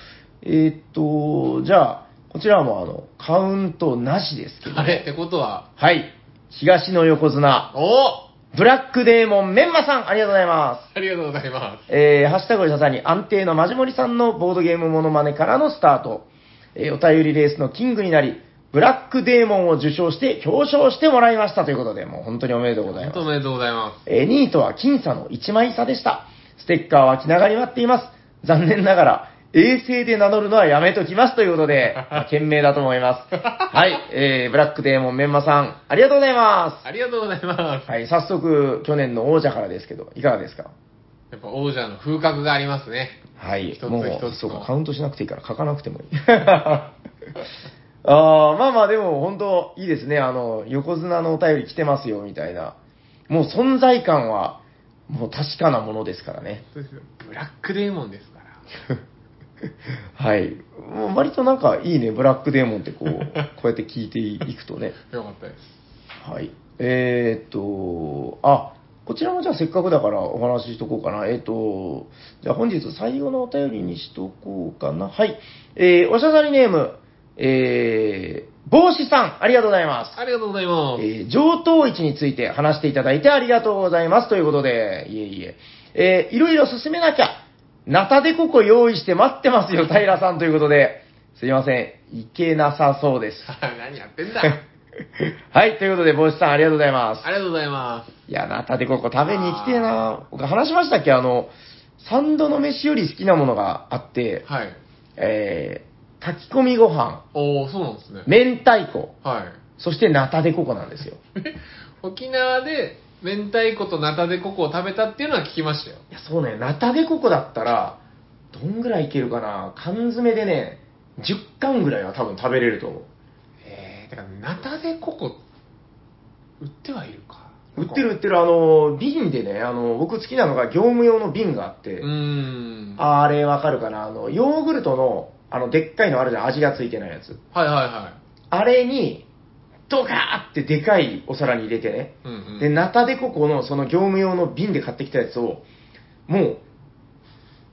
Speaker 2: えーっと、じゃあ、こちらもあの、カウントなしですけど。
Speaker 1: あれってことは、
Speaker 2: はい。東の横綱、
Speaker 1: お
Speaker 2: ブラックデーモンメンマさん、ありがとうございます。
Speaker 1: ありがとうございま
Speaker 2: えー、ハッシュタグをささに安定のまじもりさんのボードゲームモノマネからのスタート。えー、お便りレースのキングになり、ブラックデーモンを受賞して表彰してもらいましたということで、もう本当におめでとうご
Speaker 1: す。
Speaker 2: ざい
Speaker 1: 本
Speaker 2: ます
Speaker 1: 当。おめでとうございま。
Speaker 2: えー2位とは僅差の1枚差でした。ステッカーは気長に待っています。残念ながら、衛星で名乗るのはやめときますということで、まあ賢明だと思います。はい、えー、ブラックデーモンメンマさん、ありがとうございます
Speaker 1: ありがとうございます
Speaker 2: す。。はい、早速、去年の王者からですけど、いかがですか
Speaker 1: やっぱ王者の風格がありますね。
Speaker 2: はい
Speaker 1: 一、つ
Speaker 2: も
Speaker 1: 一つの
Speaker 2: う、そうか、カウントしなくていいから書かなくてもいい。 ああ、まあまあ、でも本当、いいですね。あの、横綱のお便り来てますよ、みたいな。もう存在感は、もう確かなものですからね。
Speaker 1: そうですよブラックデーモンですから。
Speaker 2: はい。もう割となんかいいね、ブラックデーモンってこう、こうやって聞いていくとね。
Speaker 1: よかったです。
Speaker 2: はい。えー、っと、あ、こちらもじゃあせっかくだからお話ししとこうかな。えーっと、じゃあ本日最後のお便りにしとこうかな。はい。えー、おしゃさりネーム、えー、帽子さん、ありがとうございます。
Speaker 1: ありがとうございます。
Speaker 2: えー上等位置について話していただいてありがとうございますということで、いえいえ、 えーいろいろ進めなきゃ、ナタデココ用意して待ってますよ、平さんということで、すいません、いけなさそうです。
Speaker 1: 何やってんだ あ
Speaker 2: はい、ということで、帽子さんありがとうございます。
Speaker 1: りがとうございます。
Speaker 2: いやな、縦高校食べに来てえな僕話しましたっけあの、三度の飯より好きなものがあって、
Speaker 1: はい。
Speaker 2: えー、炊き込みご飯、
Speaker 1: おー、そうなんですね。
Speaker 2: 明太子、
Speaker 1: はい。
Speaker 2: そしてナタデココなんですよ。
Speaker 1: え沖縄で明太子とナタデココを食べたっていうのは聞きましたよ。
Speaker 2: いや、そうね、ナタデココだったら、どんぐらいいけるかな缶詰でね、10缶ぐらいは多分食べれると思う。
Speaker 1: えー、だからナタデココ、売ってはいるか。
Speaker 2: 売ってる売ってる、あの、瓶でね、あの、僕好きなのが業務用の瓶があって、
Speaker 1: うーん。はい
Speaker 2: あれわかるかなあの、ヨーグルトの、あの、でっかいのあるじゃん、味がついてないやつ。
Speaker 1: はいは
Speaker 2: あれに、ドカーってでかいお皿に入れてね。
Speaker 1: い。うんうん。
Speaker 2: で、ナタデココのその業務用の瓶で買ってきたやつを、もう、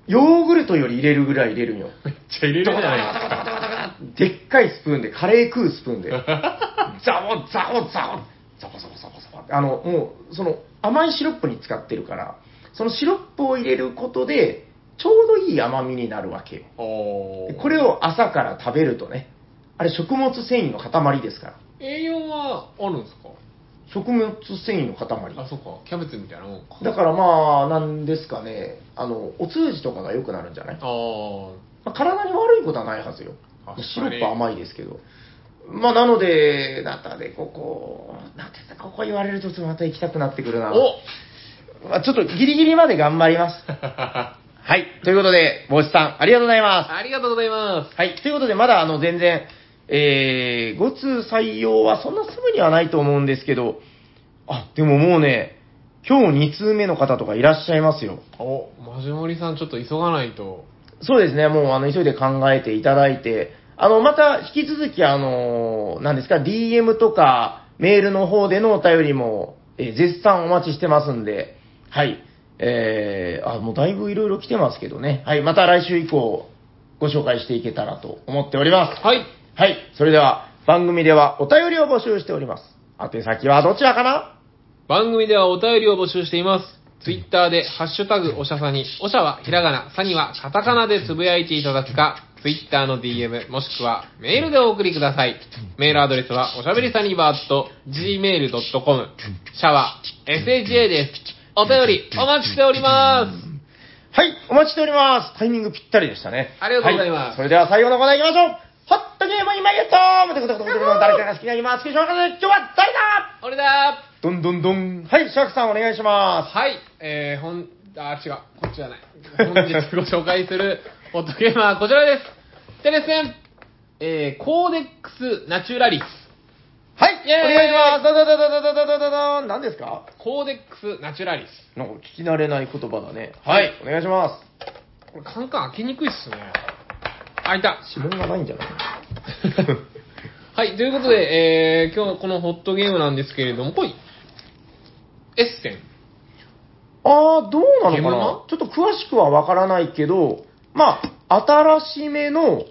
Speaker 2: ヨーグルトより入れるぐらい入れるんよ。
Speaker 1: めっちゃ入れるじゃないで
Speaker 2: でっかいスプーンで、カレー食うスプ ーンで、ザボザボザボ、ザボザボザボザボあの、もう、その、甘いシロップに使ってるから、そのシロップを入れることで、ちょうどいい甘みになるわけよ。
Speaker 1: すか。お
Speaker 2: で
Speaker 1: ー。
Speaker 2: これを朝から食べるとね、あれ食物繊維の塊ですから。
Speaker 1: 栄養はあるんですか
Speaker 2: 食物繊維の塊。
Speaker 1: あ、そうか。キャベツみたいなもんか。
Speaker 2: だからまあ、なんですかね、あの、お通じとかが良くなるんじゃない
Speaker 1: あー。
Speaker 2: まあ体に悪いことはないはずよ
Speaker 1: あ。
Speaker 2: シロップ甘いですけど。まあ、なので、ナタでここ、ナタでここ言われるとまた行きたくなってくるな。まあ、ちょっとギリギリまで頑張ります。
Speaker 1: お
Speaker 2: はい。ということで、帽子さん、ありがとうございま。
Speaker 1: ありがとうございます
Speaker 2: はい。ということで、まだあの、全然、えー、5通採用はそんなすぐにはないと思うんですけど、あ、でももうね、今日2通目の方とかいらっしゃいますよ。
Speaker 1: す。お、マジモリさんちょっと急がないと。
Speaker 2: そうですね、もうあの急いで考えていただいて、あのまた引き続き、あのなんですか、DM とかメールの方でのお便りも、えー絶賛お待ちしてますんで、はい、えー、あ、もうだいぶいろいろ来てますけどね、はい、また来週以降、ご紹介していけたらと思っております。
Speaker 1: はい。
Speaker 2: はい、それでは番組ではお便りを募集しております。宛先はどちらかな
Speaker 1: 番組ではお便りを募集しています。ツイッターで、ハッシュタグ、おしゃさに、おしゃはひらがな、さにはカタカナでつぶやいていただくか、ツイッターの DM、もしくはメールでお送りください。メールアドレスは、おしゃべりさにばーっと、gmail.com、シャワー、sha です。お便り、お待ちしております。
Speaker 2: はい、お待ちしております。タイミングぴったりでしたね。
Speaker 1: ありがとうございます
Speaker 2: はそれでは最後のコーナー行きましょう。ホットゲームに参りましょうということで、誰かが好きなゲームは好きでしょうかね今日は誰だ
Speaker 1: 俺だ
Speaker 2: どんどんどん。はい、シャークさんお願いし
Speaker 1: ー
Speaker 2: ま
Speaker 1: はい、えー、ほん、あー、違う、こっちじゃない。本日ご紹介するホットゲームはこちらです。テレセン、えー、コーデックスナチュラリス。
Speaker 2: す。はい、お
Speaker 1: イエーイ
Speaker 2: 願いします。だだだだだだだだだ何ですか
Speaker 1: コーデックスナチュラリス。
Speaker 2: なんか聞き慣れない言葉だね。
Speaker 1: は
Speaker 2: はいい、お願いします。
Speaker 1: これカンカン開けにくいっすね。開い た。
Speaker 2: 指紋がないんじゃない
Speaker 1: はい、ということで、えー、今日このホットゲームなんですけれども、こい。エッセン。
Speaker 2: あー、どうなの
Speaker 1: ゲー
Speaker 2: か
Speaker 1: ム
Speaker 2: な
Speaker 1: の
Speaker 2: ちょっと詳しくはわからないけど、まあ、新しめの、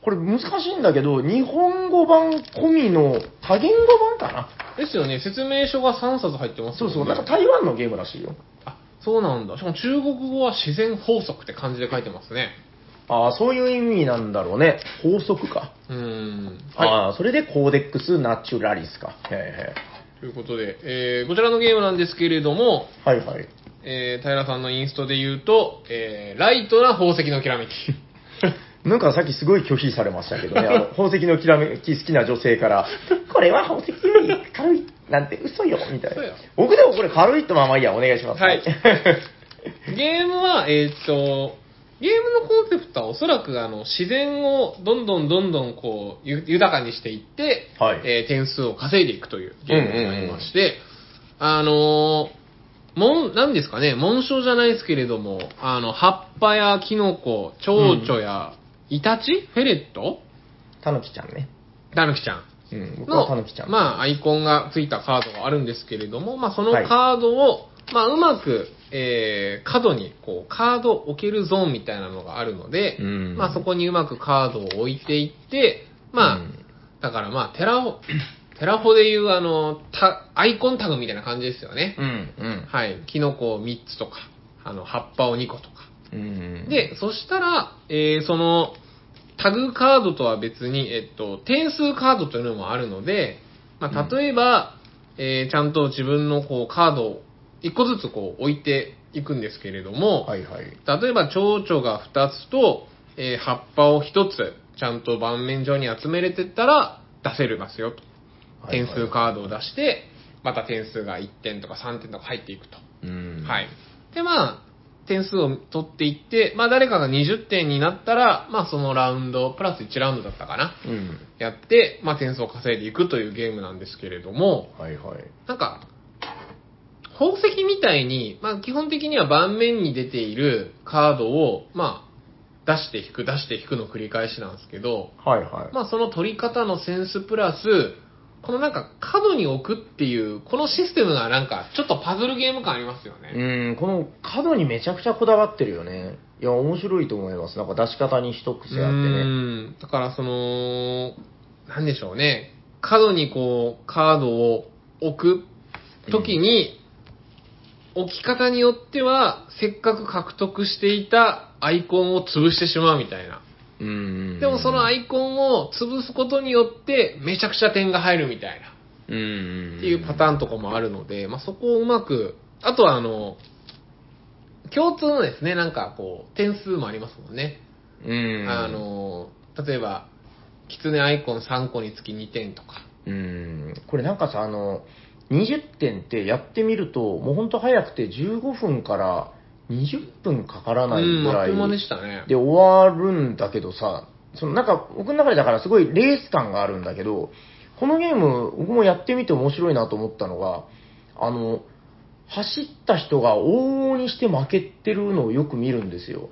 Speaker 2: これ難しいんだけど、日本語版込みの多言語版かな
Speaker 1: ですよね、説明書が3冊入ってます
Speaker 2: そ
Speaker 1: も
Speaker 2: うん
Speaker 1: ね、
Speaker 2: そう、なんか台湾のゲームらしいよ。
Speaker 1: あ、そうなんだ。しかも中国語は自然法則って漢字で書いてますね。
Speaker 2: ああ、そういう意味なんだろうね。法則か。
Speaker 1: うーん。はい。
Speaker 2: ああ、それでコーデックスナチュラリスか。へ
Speaker 1: ということで、えー、こちらのゲームなんですけれども、
Speaker 2: ーへーはいはい。
Speaker 1: えー、平さんのインストで言うと、えー、ライトな宝石のきらめき。
Speaker 2: なんかさっきすごい拒否されましたけど ね、あの宝石のきらめき好きな女性から、これは宝石より軽いなんて嘘よ、みたい
Speaker 1: 嘘
Speaker 2: な
Speaker 1: よ。
Speaker 2: 僕でもこれ軽いとまあまあいいや、お願いします。
Speaker 1: はいゲームは、えーっと、ゲームのコンセプトはおそらくあの自然をどんどんどんどんこうゆ豊かにしていって、
Speaker 2: はい
Speaker 1: えー点数を稼いでいくというゲームになりまして、あのー、もん、なんですかね、紋章じゃないですけれども、あの、葉っぱやキノコ、蝶々や、イタチフェレット
Speaker 2: たぬきちゃんね。
Speaker 1: タヌキちゃん
Speaker 2: うん、僕は
Speaker 1: の
Speaker 2: たぬきちゃん。
Speaker 1: まあ、アイコンがついたカードがあるんですけれども、まあ、そのカードを、まあ、うまく、えー、角に、こう、カードを置けるゾーンみたいなのがあるので、
Speaker 2: うん
Speaker 1: まあ、そこにうまくカードを置いていって、まあ、
Speaker 2: うん
Speaker 1: だからまあ、テラ ホ、テラホでいう、あの、たアイコンタグみたいな感じですよね。
Speaker 2: うん、うん
Speaker 1: はい。キノコを3つとか、あの、葉っぱを2個とか。
Speaker 2: うん。
Speaker 1: で、そしたら、えーその、タグカードとは別に、えっと、点数カードというのもあるので、まあ、例えば、えーちゃんと自分のこうカードを一個ずつこう置いていくんですけれども、
Speaker 2: はいはい。
Speaker 1: 例えば蝶々が2つと、えー葉っぱを1つちゃんと盤面上に集めれてったら出せるますよと
Speaker 2: はいはい
Speaker 1: 点数カードを出してまた点数が1点とか3点とか入っていくと、
Speaker 2: うん。
Speaker 1: はい。でまあ点数を取っていって、まあ、誰かが20点になったら、まあ、そのラウンドプラス1ラウンドだったかな
Speaker 2: うん。
Speaker 1: やって、まあ、点数を稼いでいくというゲームなんですけれども
Speaker 2: はいはい。
Speaker 1: なんか、宝石みたいに、まあ基本的には盤面に出ているカードを、まあ、出して引く、出して引くの繰り返しなんですけど、
Speaker 2: はいはい。
Speaker 1: まあその取り方のセンスプラス、このなんか角に置くっていう、このシステムがなんかちょっとパズルゲーム感ありますよね。
Speaker 2: うん、この角にめちゃくちゃこだわってるよね。いや、面白いと思います。なんか出し方に一癖あってね。
Speaker 1: ん。だからその、なんでしょうね。角にこう、カードを置くときに、置き方によっては、せっかく獲得していたアイコンを潰してしまうみたいな。
Speaker 2: うん
Speaker 1: でもそのア
Speaker 2: い、
Speaker 1: イコンを潰すことによって、めちゃくちゃ点が入るみたいな。
Speaker 2: うん。
Speaker 1: っていうパターンとかもあるので、まあ、そこをうまく、あとはあの、共通のですね、なんかこう、点数もありますもんね。
Speaker 2: うん。
Speaker 1: あ、の、例えば、狐アイコン3個につき2点とか。
Speaker 2: うん。これなんかさ、あの、20点ってやってみると、もうほんと早くて15分から20分かからない
Speaker 1: うん、
Speaker 2: ぐ
Speaker 1: あっ
Speaker 2: ら
Speaker 1: と
Speaker 2: い。
Speaker 1: いう間でしたね。
Speaker 2: で終わるんだけどさ、そのなんか僕の中でだからすごいレース感があるんだけど、このゲーム僕もやってみて面白いなと思ったのが、あの、走った人が往々にして負けてるのをよく見るんですよ。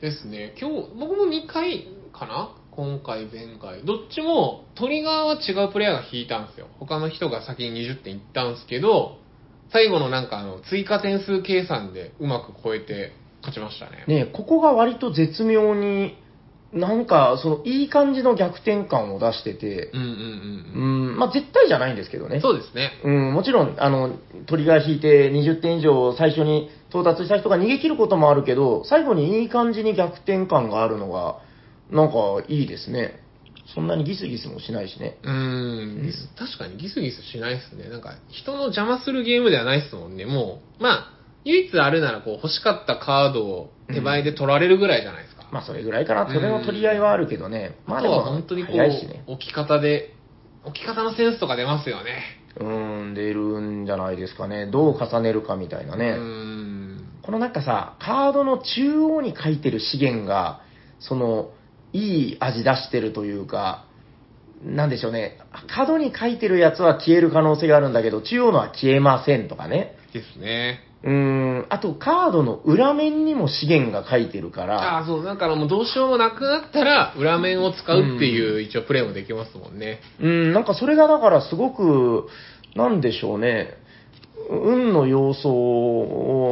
Speaker 1: ですね。今日、僕も2回かな今回、前回。どっちも、トリガーは違うプレイヤーが引いたんですよ。他の人が先に20点いったんですけど、最後のなんかあの、追加点数計算でうまく超えて勝ちましたね。
Speaker 2: ねえここが割と絶妙に、なんかそのいい感じの逆転感を出してて、
Speaker 1: うんうん
Speaker 2: う
Speaker 1: うん
Speaker 2: ん、まあ絶対じゃないんですけど
Speaker 1: う
Speaker 2: ね
Speaker 1: ん。。そうですね。
Speaker 2: うん、もちろん、あの、トリガー引いて20点以上最初に到達した人が逃げ切ることもあるけど、最後にいい感じに逆転感があるのが、なんかいいですね。そんなにギスギスもしないしね。
Speaker 1: うーん、ギス確かにギスギスしないですね。なんか、人の邪魔するゲームではないですもんね。もう、まあ、唯一あるなら、こう、欲しかったカードを手前で取られるぐらいじゃないですか。
Speaker 2: まあそれぐらいかな。それの取り合いはあるけどね。ま
Speaker 1: あ
Speaker 2: あ
Speaker 1: と
Speaker 2: でも
Speaker 1: は本当にこう、
Speaker 2: 早いしね。
Speaker 1: 置き方で、置き方のセンスとか出ますよね。
Speaker 2: うん、出るんじゃないですかね。どう重ねるかみたいなね。
Speaker 1: うーん。
Speaker 2: このなんかさ、カードの中央に書いてる資源が、その、いい味出してるというか、なんでしょうね、角に書いてるやつは消える可能性があるんだけど、中央のは消えませんとかね。
Speaker 1: ですね。
Speaker 2: うーん、あとカードの裏面にも資源が書いてるから、
Speaker 1: ああ、そう、なんかもうどうしようもなくなったら、裏面を使うっていう、一応プレイもできますもんね。
Speaker 2: うん、なんかそれがだからすごく、なんでしょうね、運の要素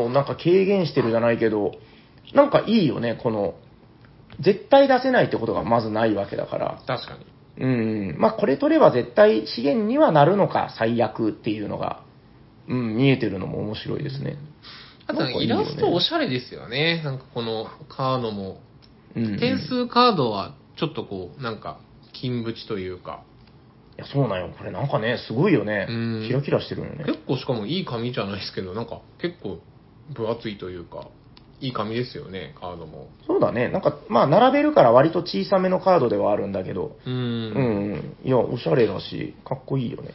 Speaker 2: をなんか軽減してるじゃないけど、なんかいいよね、この、絶対出せないってことがまずないわけだから。
Speaker 1: 確かに。
Speaker 2: うん、まあこれ取れば絶対資源にはなるのか、最悪っていうのが、うん、見えてるのも面白いですね。
Speaker 1: あと
Speaker 2: な
Speaker 1: は
Speaker 2: んかい
Speaker 1: イ
Speaker 2: いよ
Speaker 1: ラ
Speaker 2: ね
Speaker 1: ストおしゃれですよね。なんかこのカードも
Speaker 2: うん、
Speaker 1: 点
Speaker 2: い
Speaker 1: 数カードはちょっとこうなんか金縁というか
Speaker 2: や、そうなんよ。これなんかね、すごいよね
Speaker 1: うん。
Speaker 2: キラキラしてるよね。
Speaker 1: 結構しかもいい紙じゃないですけどなんか結構分厚いというかいい紙ですよねカードも
Speaker 2: そうだね。なんか、まあ、並べるから割と小さめのカードではあるんだけど、
Speaker 1: う
Speaker 2: うんん、うん。いや、おしゃれだし、かっこいいよね。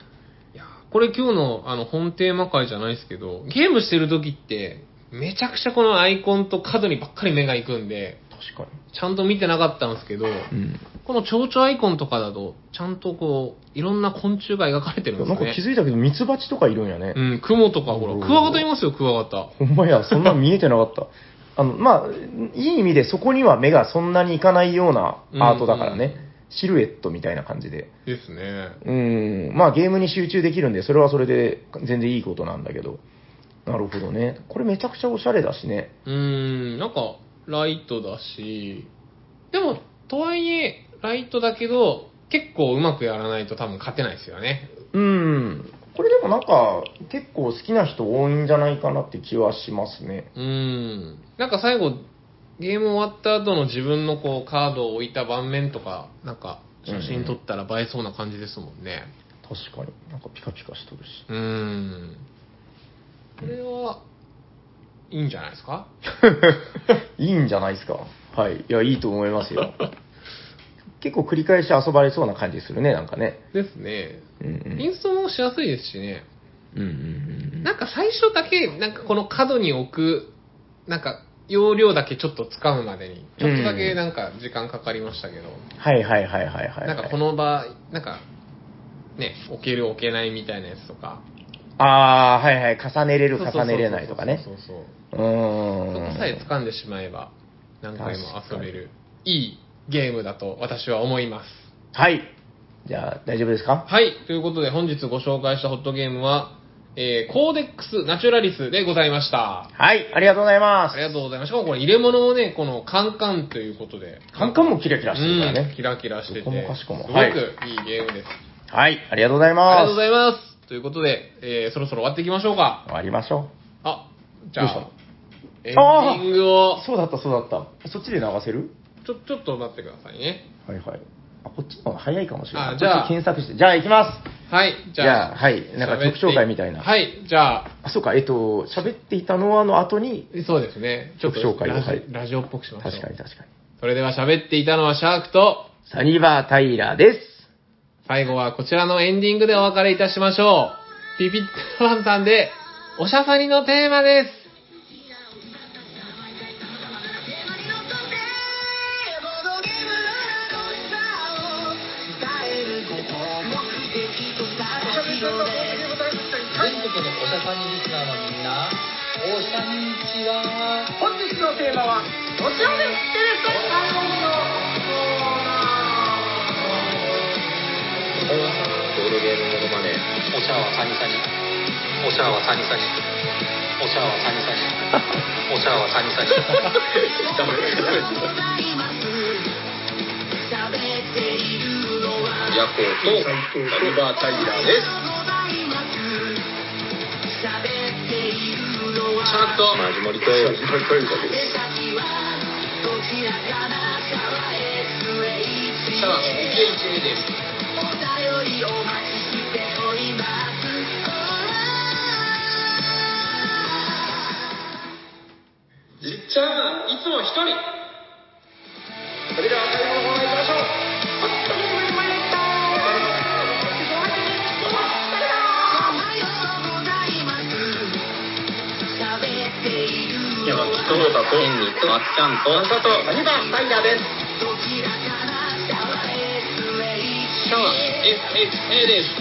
Speaker 1: いやこれ今日のあの本テーマ会じゃないですけどゲームしてる時ってめちゃくちゃこのアイコンと角にばっかり目がいくんで
Speaker 2: 確か
Speaker 1: ちゃんと見てなかったんですけど
Speaker 2: に。うん。
Speaker 1: この蝶々アイコンとかだとちゃんとこういろんな昆虫が描かれてるんです
Speaker 2: なんか
Speaker 1: ね
Speaker 2: 気づいたけど、ミツバチとかいるんやね。
Speaker 1: うん、クモとかほら、クワガタいますよ、クワガタ。
Speaker 2: ほんまや、そんなん見えてなかった。 あの、まあ、いい意味でそこには目がそんなにいかないようなアートだからね。
Speaker 1: うんうん
Speaker 2: シルエットみたいな感じで。
Speaker 1: ですね。
Speaker 2: うん。まあ、ゲームに集中できるんで、それはそれで全然いいことなんだけど。なるほどね。これめちゃくちゃおしゃれだしね。
Speaker 1: うーん、なんか、ライトだし、でも、とはいえ、ライトだけど、結構うまくやらないと多分勝てないですよね。
Speaker 2: うん。これでもなんか、結構好きな人多いんじゃないかなって気はしますね。
Speaker 1: うーん。なんか最後、ゲーム終わった後の自分のこうカードを置いた盤面とか、なんか写真撮ったら映えそうな感じですもんね。
Speaker 2: 確かに。なんかピカピカしとるし。
Speaker 1: うーん。これは、いいんじゃないですか
Speaker 2: いいんじゃないですか。はい。いや、いいと思いますよ。 結構繰り返し遊ばれそうな感じするね、なんかね。
Speaker 1: ですね。
Speaker 2: うんうん。
Speaker 1: インストもしやすいですしね。
Speaker 2: うんうんうん。
Speaker 1: なんか最初だけ、なんかこの角に置く、なんか容量だけちょっと掴むまでに、ちょっとだけなんか時間かかりましたけど、
Speaker 2: はいはいはいはいはい。
Speaker 1: なんかこ、の場合、なんか、ね、置ける置けないみたいなやつとか。
Speaker 2: ああ、はいはい。重ねれる、重ねれないとかね
Speaker 1: そ。うそう
Speaker 2: う
Speaker 1: そう。そ
Speaker 2: ーん。
Speaker 1: こさえ掴んでしまえば、何回も遊べる、いいゲームだと私は思います。
Speaker 2: はい。じゃあ、大丈夫ですか
Speaker 1: はい、ということで本日ご紹介したホットゲームは、えー、コーデックスナチュラリスでございました。
Speaker 2: はい。ありがとうございま
Speaker 1: あ
Speaker 2: す
Speaker 1: り。がとうございます。しかもこれ入れ物をね、このカンカンということで。
Speaker 2: カンカンもキラキラしてるから
Speaker 1: うん
Speaker 2: ね
Speaker 1: キ。ラキラしてて。
Speaker 2: どこもかしこも
Speaker 1: すごく
Speaker 2: はいい
Speaker 1: いゲームです。
Speaker 2: はい。ありがとうござい
Speaker 1: ありが
Speaker 2: ま
Speaker 1: とう
Speaker 2: す
Speaker 1: ご。ざいます。ということで、えー、そろそろ終わっていきましょうか。
Speaker 2: 終わりましょ
Speaker 1: あ、じゃあ
Speaker 2: ど、
Speaker 1: エンディング
Speaker 2: う
Speaker 1: を。、
Speaker 2: そうだった、そうだった。そっちで流せる
Speaker 1: ちょ、ちょっと待ってくださいね。
Speaker 2: はいはい。あ、こっちの方が早いかもしれな
Speaker 1: あ
Speaker 2: い。
Speaker 1: じゃあ
Speaker 2: こっち検索して。じゃあ、行きます。
Speaker 1: はい、じゃあ。
Speaker 2: じゃあはいなんか曲紹介みたいな
Speaker 1: はい、じゃあ、
Speaker 2: あ、そうか、えっと、喋っていたのはの後に、
Speaker 1: そうですね。ちょっと
Speaker 2: 曲紹介を
Speaker 1: ラジ
Speaker 2: はい
Speaker 1: ラジオっぽくしましょう。
Speaker 2: 確かに確かに。
Speaker 1: それでは喋っていたのはシャークと、
Speaker 2: サニバー・タイラーです。
Speaker 1: 最後はこちらのエンディングでお別れいたしましょう。ピピットワンさんで、おしゃさりのテーマです。
Speaker 3: 全国のおしゃさんにリスナーのみんな、おしゃにちは。本日のテーマは、こちらです。テレビボードゲームモノマネ。おしゃはサニサニ。おしゃはサニサニ。おしゃはサニ サニ。おしゃはサニサニ。 ダメヤコウとサニバータイラーです。シャークとマジモリとシャワー2ケ1目です。じっちゃん、いつも一人。それでは最後のコーナー行きましょう。山木と太田と、天にと、あっちゃんと、あさと、サニバー、タイヤです。シャワー、SHA です。